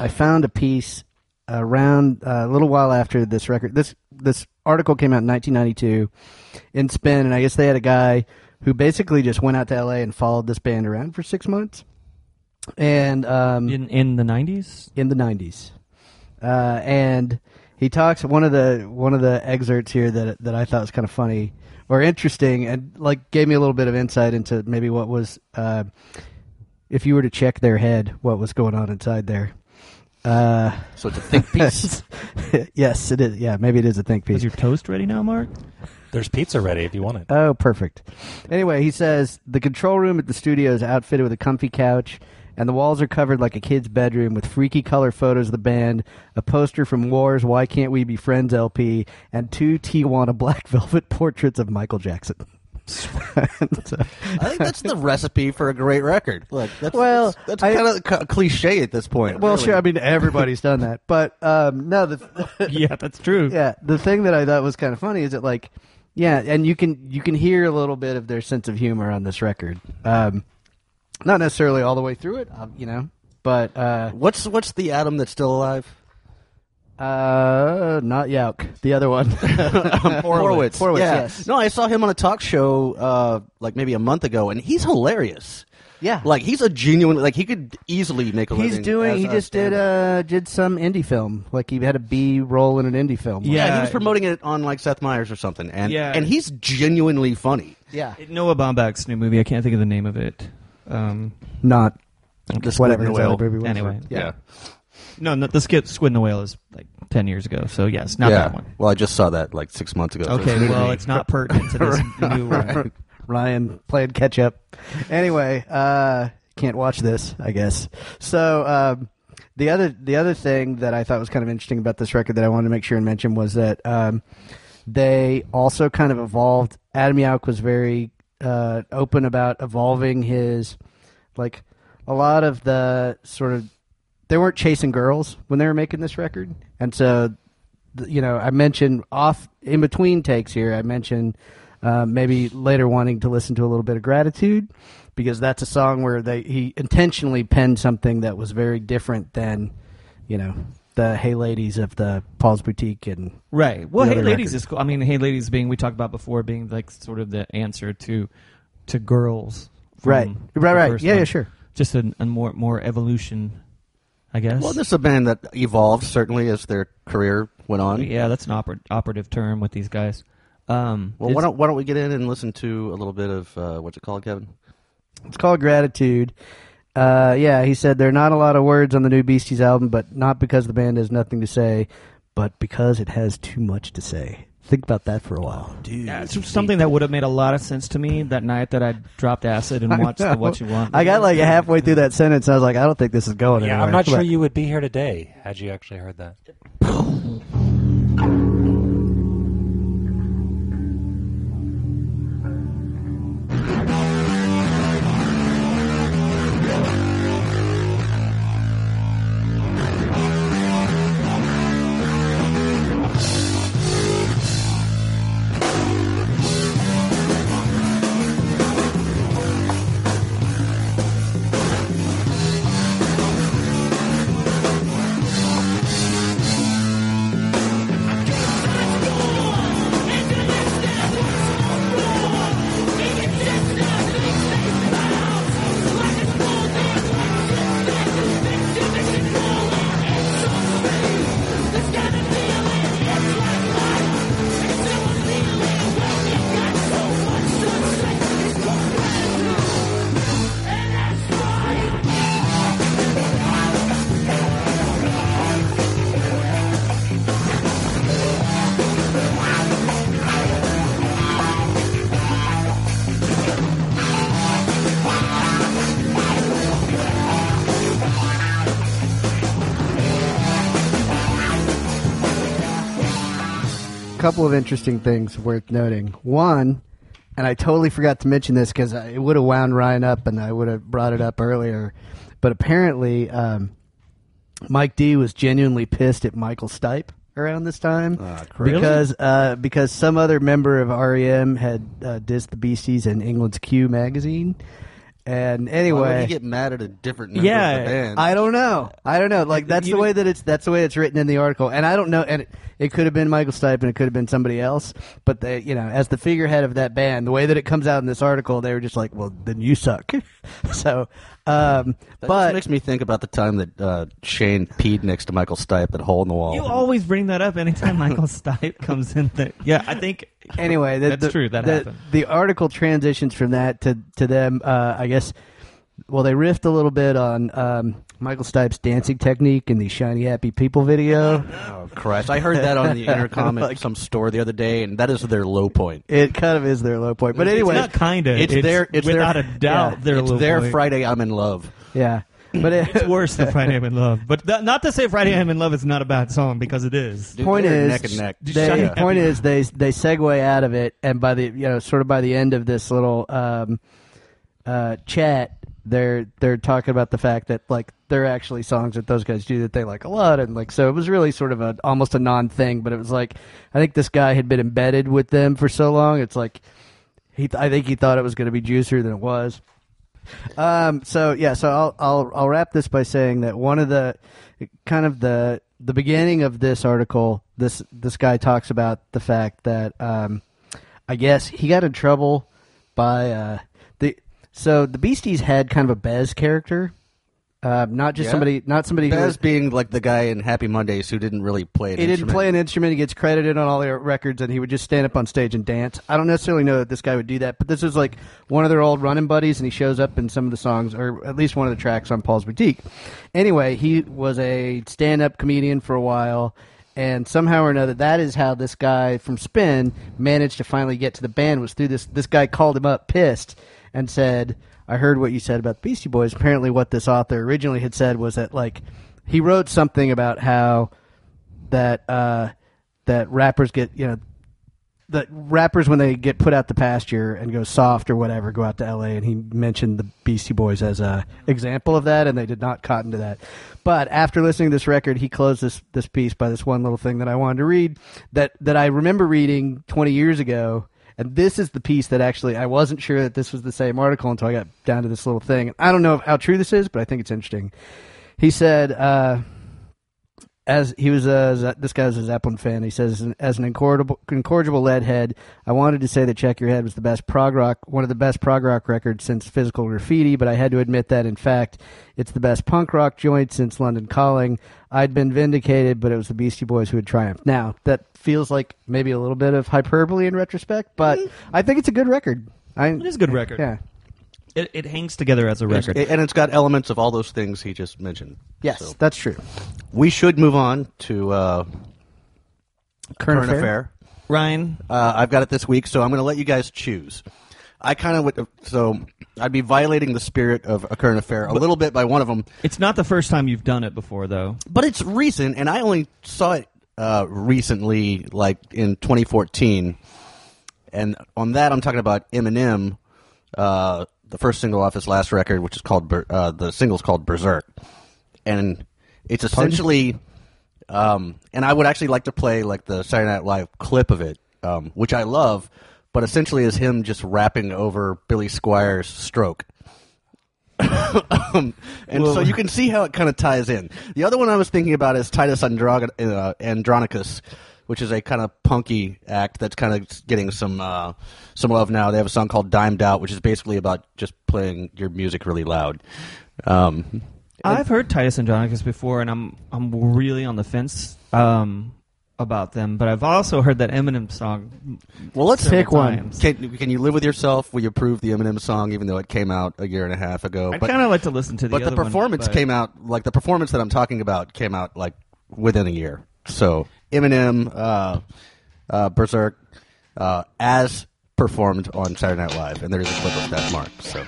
I found a piece around uh, a little while after this record. This this article came out in 1992 in Spin, and I guess they had a guy who basically just went out to L.A. and followed this band around for six months, and um,
In in the nineties,
in the 90s. Uh, and he talks one of the one of the excerpts here that that I thought was kind of funny or interesting and like gave me a little bit of insight into maybe what was uh, if you were to check their head what was going on inside there. Uh,
So it's a thick piece.
yes, it is. Yeah, maybe it is a think
is
piece.
your toast ready now, Mark?
There's pizza ready if you want it.
Oh, perfect. Anyway, he says the control room at the studio is outfitted with a comfy couch, and the walls are covered like a kid's bedroom with freaky color photos of the band, a poster from War's Why Can't We Be Friends LP, and two Tijuana black velvet portraits of Michael Jackson. So-
I think that's the recipe for a great record. Look, that's,
Well,
that's,
I-
kind of ca- cliche at this point.
well,
really.
sure. I mean, everybody's done that, but um, no, the
yeah, that's true.
yeah the thing that i thought was kind of funny is that like yeah and you can you can hear a little bit of their sense of humor on this record um not necessarily all the way through it uh, you know but uh
What's what's the atom that's still alive?
uh not yauk the other one
Horowitz.
Horowitz,
yeah.
yes.
No, I saw him on a talk show uh, like maybe a month ago, and he's hilarious.
Yeah.
Like he's a genuine. Like he could easily make a
he's
living
doing
as
he
a
just did
stand-up.
uh did some indie film like he had a b role in an indie film
Yeah.
Yeah, he was promoting it on like Seth Meyers or something, and
Yeah.
and he's genuinely funny.
yeah
Noah Baumbach's new movie. I can't think of the name of it. Um,
not
just
whatever his other movie was
Anyway,
Yeah.
no, no, the skip Squid and the Whale is like ten years ago. So yes, not that one.
Well, I just saw that like six months ago. so
Okay,
new to
well,
me.
it's not pertinent to this new one.
Ryan played catch up. Anyway, uh, can't watch this, I guess. So um, the other the other thing that I thought was kind of interesting about this record that I wanted to make sure and mention was that um, they also kind of evolved. Adam Yauch was very uh, open about evolving his like a lot of the sort of they weren't chasing girls when they were making this record, and so th- you know I mentioned off in between takes here. I mentioned uh, maybe later wanting to listen to a little bit of gratitude because that's a song where they he intentionally penned something that was very different than you know the Hey Ladies of the Paul's Boutique and
Right. Well,
The
Hey
other
Ladies
record.
is cool. I mean, Hey Ladies being we talked about before being like sort of the answer to to girls. from
Right.
the
Right, right.
first
Yeah,
one.
yeah, sure.
Just a, a more more evolution, I guess.
Well, this is a band that evolved certainly as their career went on.
yeah, that's an oper- operative term with these guys. Um,
Well, why
it's-
don't why don't we get in and listen to a little bit of uh, what's it called, Kevin?
It's called Gratitude. Uh, yeah, he said there are not a lot of words on the new Beasties album, but not because the band has nothing to say, but because it has too much to say. Think about that for a while.
yeah, it's something that would have made a lot of sense to me that night that I dropped acid and watched the What You Want.
I got like halfway through that sentence. I was like, I don't think this is going
Yeah,
anywhere.
I'm not
Come
sure
on.
you would be here today had you actually heard that.
couple of interesting things worth noting. One, and I totally forgot to mention this because it would have wound Ryan up, and I would have brought it up earlier. But apparently, um, Mike D was genuinely pissed at Michael Stipe around this time
Ah,
because uh, because some other member of REM had uh, dissed the Beasties in England's Q magazine. And
Why would
anyway,
you get mad at a different member
Yeah,
of the band?
I don't know. I don't know. Like that's
You
the
didn't-
way that it's that's the way it's written in the article, and I don't know. And it, it could have been Michael Stipe, and it could have been somebody else. But they, you know, as the figurehead of that band, the way that it comes out in this article, they were just like, "Well, then you suck." so, um,
That just
but
makes me think about the time that uh, Shane peed next to Michael Stipe at Hole in the Wall.
You always bring that up anytime Michael Stipe comes in. There. Yeah, I think.
anyway, the,
that's
the-
true. That
the,
happened.
The article transitions from that to to them. Uh, I guess. Well, they riffed a little bit on um, Michael Stipe's dancing technique in the Shiny Happy People video.
Oh Christ! I heard that on the intercom at some store the other day, and that is their low point.
It kind of is their low point. But anyway,
it's not kinda.
It's, their, it's
without
their,
a doubt.
yeah,
their
it's
low
their
point.
Friday. I'm in love.
yeah. But it,
It's worse than Friday I'm in Love, but th- not to say Friday I'm in Love is not a bad song because it is.
Dude,
point
they're
is
neck and neck.
They,
Shut up.
point is they they segue out of it, and by the you know sort of by the end of this little um, uh, chat, they're they're talking about the fact that like there are actually songs that those guys do that they like a lot, and like so it was really sort of a almost a non thing, but it was like I think this guy had been embedded with them for so long, it's like he I think he thought it was going to be juicier than it was. Um, so yeah, so I'll, I'll I'll wrap this by saying that one of the kind of the the beginning of this article, this this guy talks about the fact that um, I guess he got in trouble by uh, the so the Beasties had kind of a Bez character, uh, not just
Yeah.
somebody, not somebody who was-
As being like the guy in Happy Mondays who didn't really play. An
he didn't
instrument.
play an instrument. He gets credited on all their records, and he would just stand up on stage and dance. I don't necessarily know that this guy would do that, but this is like one of their old running buddies, and he shows up in some of the songs, or at least one of the tracks on Paul's Boutique. Anyway, he was a stand-up comedian for a while, and somehow or another, that is how this guy from Spin managed to finally get to the band. Was through this. This guy called him up, pissed, and said, "I heard what you said about the Beastie Boys. Apparently, what this author originally had said was that like." He wrote something about how that uh, that rappers get you know that rappers when they get put out the pasture and go soft or whatever go out to L.A. and he mentioned the Beastie Boys as a example of that and they did not cotton to that. But after listening to this record, he closed this this piece by this one little thing that I wanted to read that that I remember reading 20 years ago. And this is the piece that actually I wasn't sure that this was the same article until I got down to this little thing. I don't know how true this is, but I think it's interesting. He said. Uh, as he was a Z- this guy was a Zeppelin fan. He says, as an incorrigible, incorrigible lead head, I wanted to say that Check Your Head was the best prog rock, one of the best prog rock records since Physical Graffiti, but I had to admit that in fact, it's the best punk rock joint since London Calling. I'd been vindicated, but it was the Beastie Boys who had triumphed. Now that feels like maybe a little bit of hyperbole in retrospect, but I think it's a good record. I, it
Mm-hmm. is a good record.
Yeah.
It, it hangs together as a record.
It- and it's got elements of all those things he just mentioned.
Yes,
So
that's true.
we should move on to uh, current, affair.
Ryan,
Uh, I've got it this week, so I'm going to let you guys choose. I kind of would. So I'd be violating the spirit of a current affair a little bit by one of them,
it's not the first time you've done it before, though.
but it's recent, and I only saw it uh, recently, like in 2014. And on that, I'm talking about Eminem, uh, the first single off his last record, which is called Ber- uh, the single's called Berserk, and it's essentially. Um, and I would actually like to play like the Saturday Night Live clip of it, um, which I love, but essentially is him just rapping over Billy Squire's stroke. um, and so you can see how it kind of ties in. The other one I was thinking about is Titus Androg- uh, Andronicus, which is a kind of punky act that's kind of getting some uh, some love now. They have a song called "Dimed Out," which is basically about just playing your music really loud. Um,
I've heard Titus Andronicus before, and I'm I'm really on the fence um, about them. But I've also heard that Eminem song.
well, let's
several
pick one.
times.
Can, can you live with yourself? Will you approve the Eminem song, even though it came out a year and a half ago?
I'd kind of like to listen to the.
but the
other one,
performance
but-
came out like the performance that I'm talking about came out like within a year. So Eminem, uh, uh, Berserk, uh, as performed on Saturday Night Live, and there is a clip of that mark. So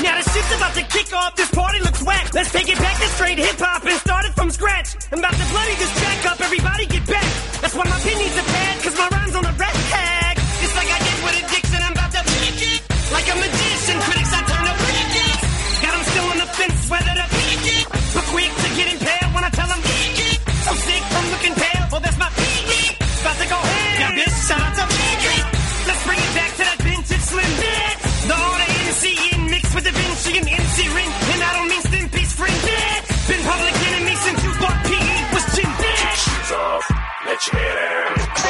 Now the shit's about to kick off. This party looks whack. Let's take it back to straight hip hop and start it from scratch. I'm about to bloody this track up. Everybody get back. That's why my pin needs a pad, cause my rhymes on a red tag. It's like I did with addiction. I'm about to pick it. Like a magician, critics I turn to pick it. Got 'em still on the fence whether to pick it. But quick to get impaled when I tell 'em pick it. So sick from looking pale. Well, that's my pee About to go ham. Now this time to pick it. Let's bring it back to that vintage slim bitch. The order NCN mixed with Da Vinci and MC Ren. And I don't mean Slim Peace friend, bitch. Been public enemy since you bought PE was Jim, bitch.
shoes off, let your head out.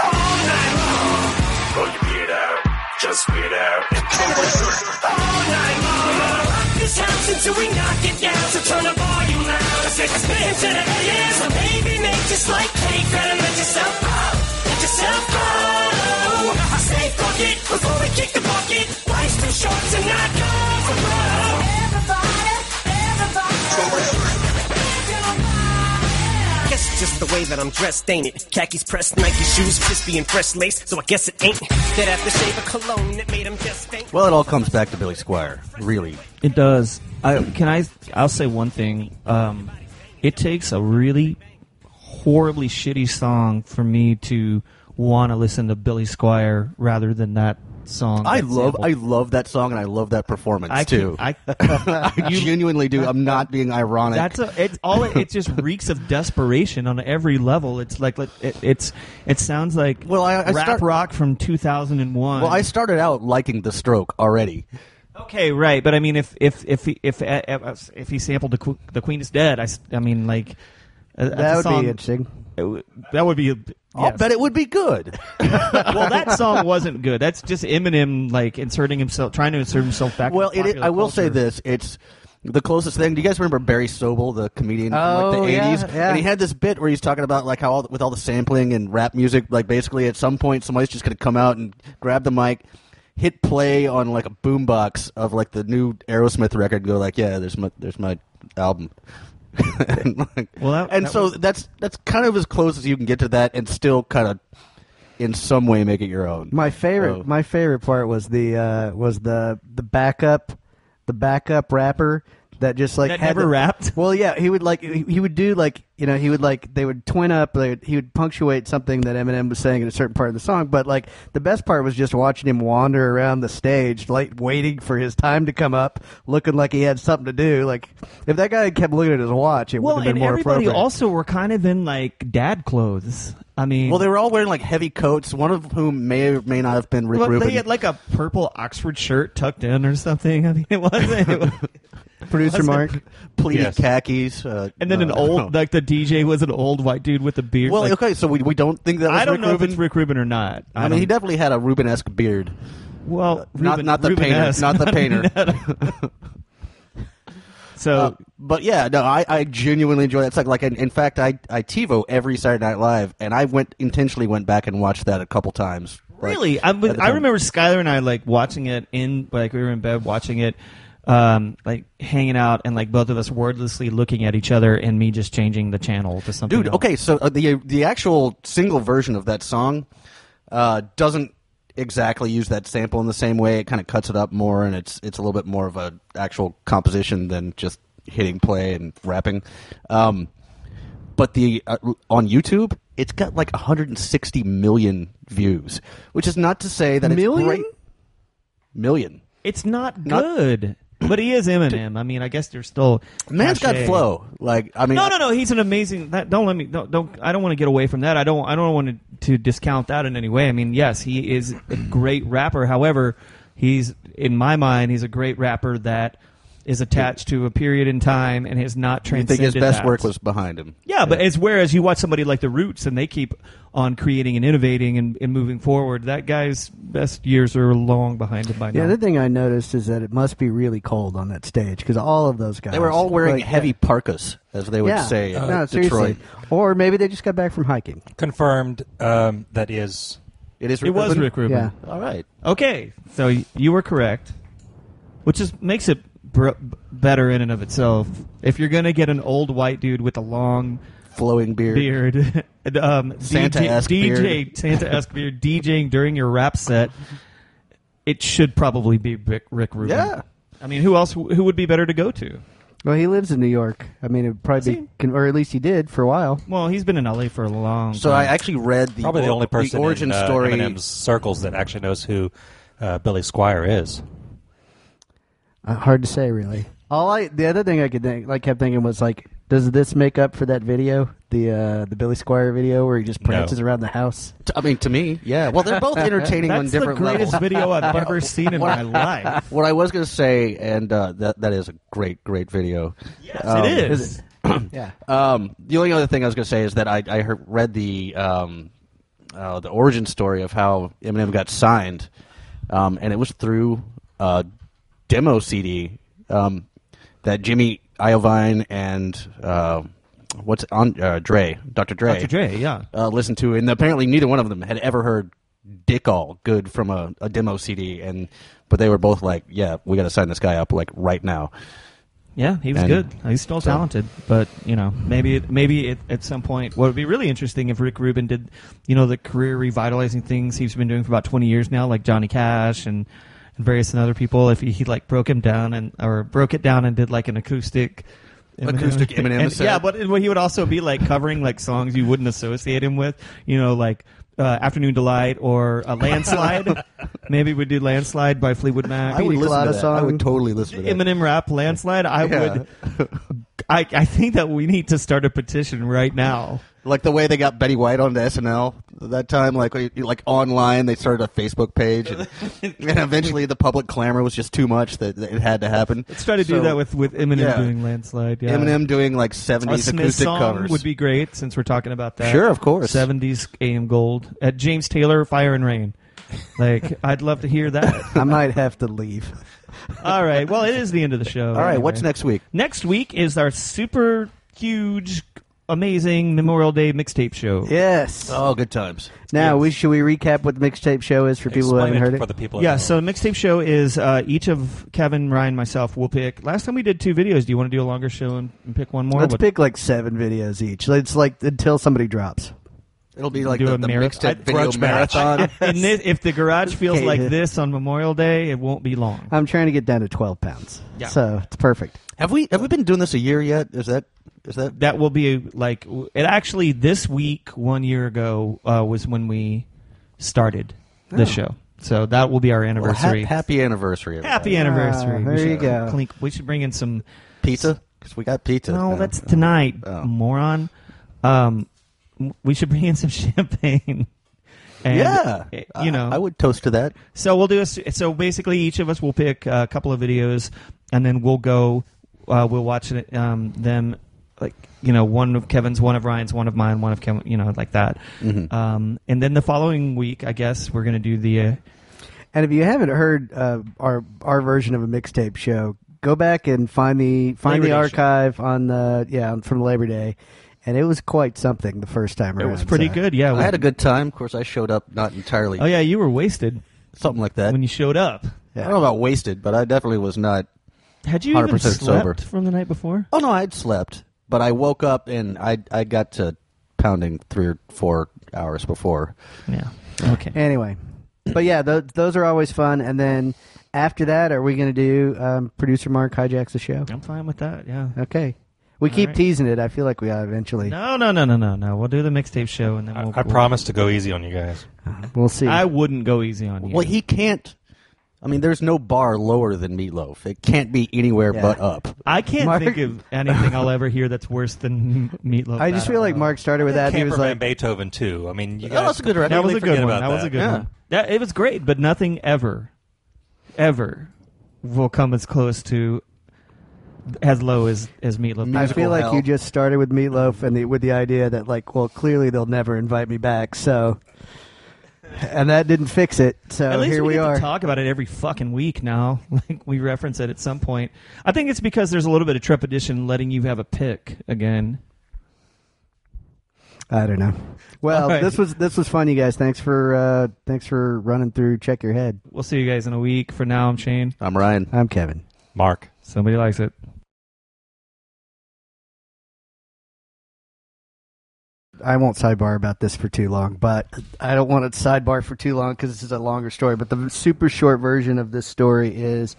All night long,
Pull your beard out, just beard out.
all night long. Gonna rock this house until we knock it down. So turn the volume loud. I said, expand to the ears. So baby, make just like cake. Better let yourself go. Let yourself go. I say, fuck it before we kick the bucket. Life's too short to not go for broke.
Everybody, everybody.
way that I'm dressed, ain't it? Khakis pressed, Nike shoes, crispy and fresh lace, so I guess it ain't that aftershave of cologne that made him just faint.
Well, it all comes back to Billy Squire, really.
It does. I can I. I'll say one thing. Um, it takes a really horribly shitty song for me to want to listen to Billy Squire rather than that song.
I
that
love,
sample.
I love that song, and I love that performance
I can-
too.
I-
I genuinely do. I'm not being ironic.
That's a, it's all. It, it just reeks of desperation on every level. It's like like, it, it's it sounds like well,
I- I
rap
start-
rock from 2001.
well, I started out liking the Stroke already.
okay, right, but I mean, if if if he, if if, if he sampled the Qu- the Queen is dead, I, s- I mean like uh, that's a
That would
song-
be interesting.
it would- that would be. A,
I'll bet it would be good.
well, that song wasn't good. That's just Eminem like inserting himself, trying to insert himself back.
Well,
into
it,
popular
I will say
culture.
this: it's the closest thing. Do you guys remember Barry Sobel, the comedian from
Oh,
like the
yeah,
eighties?
yeah.
And he had this bit where he's talking about like how all, with all the sampling and rap music, like basically at some point somebody's just going to come out and grab the mic. Hit play on like a boombox of like the new Aerosmith record, and go like, yeah, there's my there's my album. and like-
Well, that-
and
that
so
was-
that's that's kind of as close as you can get to that, and still kind of in some way make it your own.
My favorite,
So-
my favorite part was the uh, was the the backup, the backup rapper that just like
That
had
never
the-
rapped?
Well, yeah, he would like he, he would do like you know he would like they would twin up. They would, he would punctuate something that Eminem was saying in a certain part of the song. But like the best part was just watching him wander around the stage, like waiting for his time to come up, looking like he had something to do. Like if that guy kept looking at his watch, it
Well,
would have
and
been more
everybody
appropriate.
also were kind of in like dad clothes. I mean,
Well, they were all wearing like heavy coats. One of whom may or may not have been Rick
Well,
Rubin.
they had like a purple Oxford shirt tucked in or something. I mean, it wasn't. It was,
Producer
wasn't-
Mark, Oh.
pleated
Yes.
khakis, uh,
and then an
uh,
old like the DJ was an old white dude with a beard.
Well,
like,
okay, so we, we don't think that was
I don't
Rick
know
Rubin.
if it's Rick Rubin or not.
I, mean,
don't-
he definitely had a Rubin-esque beard.
well,
not
Rubin-
not the painter,
Rubin-esque,
not the painter.
so
Uh, but yeah, no, I, I genuinely enjoy that. It's like like in, in fact, I I TiVo every Saturday Night Live, and I went intentionally went back and watched that a couple times. Like,
Really, I, was,
at the
I
time.
remember Skylar and I like watching it in like we were in bed watching it, um, like hanging out and like both of us wordlessly looking at each other and me just changing the channel to something.
Dude,
else.
okay, so uh, the the actual single version of that song uh, doesn't exactly use that sample in the same way. It kind of cuts it up more, and it's it's a little bit more of a actual composition than just hitting play and rapping. Um, but the uh, on YouTube, it's got like 160 million views, which is not to say that
Million?
it's great. Million.
it's not
Not-
good, but he is Eminem. I mean, I guess there's still
Man's got
cachet.
flow. Like I mean,
No, no, no. He's an amazing. That, don't let me. Don't, don't. I don't want to get away from that. I don't. I don't want to, to discount that in any way. I mean, yes, he is a great rapper. However, he's in my mind, he's a great rapper that is attached to a period in time and has not
I
transcended.
think his best
that.
work was behind him.
Yeah, but as whereas you watch somebody like the Roots and they keep on creating and innovating and, and moving forward, that guy's best years are long behind him by
The
now.
other thing I noticed is that it must be really cold on that stage because all of those guys
They were all wearing
like,
heavy parkas, as they would
yeah.
say in
uh,
no,
Detroit.
seriously. Or maybe they just got back from hiking.
Confirmed um, that is.
It is.
it was Rick Rubin.
Yeah.
All right.
Okay, so y- you were correct, which just makes it br- better in and of itself. If you're gonna get an old white dude with a long
Flowing beard.
beard, and, um,
Santa-esque
DJ,
beard.
DJ Santa esque beard, DJing during your rap set, it should probably be Rick, Rick Rubin.
Yeah.
I mean, who else? Who would be better to go to?
Well, he lives in New York. I mean, it would probably
See?
be, con- or at least he did for a while.
Well, he's been in LA for a long.
So I
time.
actually read the
Probably the
or-
only person
the origin
in uh,
story.
Eminem's circles that actually knows who uh, Billy Squire is.
Uh, hard to say, really. All I the other thing I could think, like kept thinking was like, does this make up for that video, the uh, the Billy Squire video where he just prances around the house?
T- I mean, to me, yeah. Well, they're both entertaining on
that's the
different
greatest
levels.
video I've ever seen in my life.
What I was going to say, and uh, that that is a great, great video. Um, Yes,
it is.
yeah.
Um, the only other thing I was going to say is that I, I heard, read the um, uh, the origin story of how Eminem got signed, um, and it was through a demo CD um, that Jimmy Iovine and uh, what's on uh, Dre, Dr. Dre,
Dr. Dre, yeah.
uh, listened to, and apparently neither one of them had ever heard "Dick All Good" from a, a demo CD, and but they were both like, "Yeah, we got to sign this guy up like right now."
Yeah, he was
And
good. He's still
so-
talented, but you know, maybe it, maybe it, at some point, what would be really interesting if Rick Rubin did, you know, the career revitalizing things he's been doing for about twenty years now, like Johnny Cash and, and various other people. If he, he like broke him down and or broke it down and did like an acoustic. Eminem-
Acoustic Eminem
And-
set.
yeah, but it- well, he would also be like covering like songs you wouldn't associate him with, you know, like uh, "Afternoon Delight" or a "Landslide." Maybe we do "Landslide" by Fleetwood Mac.
I would listen to that. I would totally listen to that.
Eminem rap landslide, I
Yeah.
would. I, I think that we need to start a petition right now.
Like the way they got Betty White onto SNL that time, like you- like online, they started a Facebook page, and, and eventually the public clamor was just too much that, that it had to happen.
Let's try to do that with with Eminem
yeah.
doing landslide. Yeah.
Eminem doing like
a
seventies
Smith
acoustic
song
covers
would be great since we're talking about that.
Sure, of course.
Seventies AM Gold at James Taylor Fire and Rain. Like I'd love to hear that.
I might have to leave.
All right. Well, it is the end of the show. All
right, what's next week?
Next week is our super huge, amazing Memorial Day mixtape show.
Yes.
Oh, good times.
Now, we should we recap what the mixtape show is for people who
Explain
haven't
it
heard it?
for the yeah, so the mixtape show is uh, each of Kevin, Ryan, myself will pick. Last time we did two videos. Do you want to do a longer show and, and pick one more?
Let's
What-
pick like seven videos each. It's like until somebody drops.
It'll be like
do
the,
a
the
marath-
mixtape
I'd-
video
grudge match.
marathon.
And this, if the garage feels
Okay.
like this on Memorial Day, it won't be long.
I'm trying to get down to 12 pounds.
Yeah.
So it's perfect.
have we have we been doing this a year yet? Is that is that
That will be like w- it. Actually, this week one year ago uh, was when we started the
Oh.
show. So that will be our
well, ha-
anniversary.
happy anniversary? everybody.
Happy anniversary!
Ah,
We
there you
should
go.
clink- we should bring in some
pizza because we got pizza.
No,
now.
that's tonight,
Oh.
moron. Um, w- we should bring in some champagne. And,
yeah.
uh, you know.
I, I would toast to that.
So we'll do a, s- so basically each of us will pick uh, a couple of videos, and then we'll go. Uh, we'll watch it, um, them like you know one of Kevin's, one of Ryan's, one of mine, one of Kevin. You know, like that.
Mhm.
Um, and then the following week, I guess we're gonna do the. Uh,
And if you haven't heard uh, our our version of a mixtape show, go back and find the find
Labor
the
Day
archive on the yeah from Labor Day, and it was quite something the first time
it
around.
was pretty
so.
good. Yeah.
I
we-
had a good time. Of course, I showed up not entirely
oh yeah, you were wasted
something like that.
when you showed up.
Yeah.
I don't know about wasted, but I definitely was not.
Had you even
100%
slept
sober.
from the night before?
Oh no, I'd slept, but I woke up and I I got to pounding three or four hours before.
Yeah. Okay.
Anyway, but yeah, th- those are always fun. And then after that, are we going to do um, producer Mark hijacks the show?
I'm fine with that. Yeah.
Okay, we
All
keep
right.
teasing it. I feel like we ought eventually.
No, no, no, no, no, no. We'll do the mixtape show, and then
I,
we'll,
I promise to go easy on you guys.
We'll see.
I wouldn't go easy on you.
Well, he can't. I mean, there's no bar lower than meatloaf. It can't be anywhere
Yeah.
but up.
I can't
Mark-
think of anything I'll ever hear that's worse than Meatloaf.
I just
Battle.
feel like Mark started with that. and He was
Camperman
like,
Beethoven too. I mean, you
That
guys,
was a good record.
that was a good
forget
one.
about
That, was
that.
a good
Yeah.
one. That, it was great, but nothing ever, ever will come as close to as low as as Meatloaf.
I
Musical
feel like
hell.
you just started with meatloaf and the, with the idea that like, well, clearly they'll never invite me back. So, and that didn't fix it. So
At least
here
we,
we,
get
are.
to talk about it every fucking week now. Like we reference it at some point. I think it's because there's a little bit of trepidation letting you have a pick again.
I don't know. Well,
All right.
this was this was fun, you guys. Thanks for uh, thanks for running through. Check your head.
We'll see you guys in a week. For now, I'm Shane.
I'm Ryan.
I'm Kevin.
Mark.
Somebody likes it.
I won't sidebar about this for too long, but I don't want to sidebar for too long because this is a longer story. But the super short version of this story is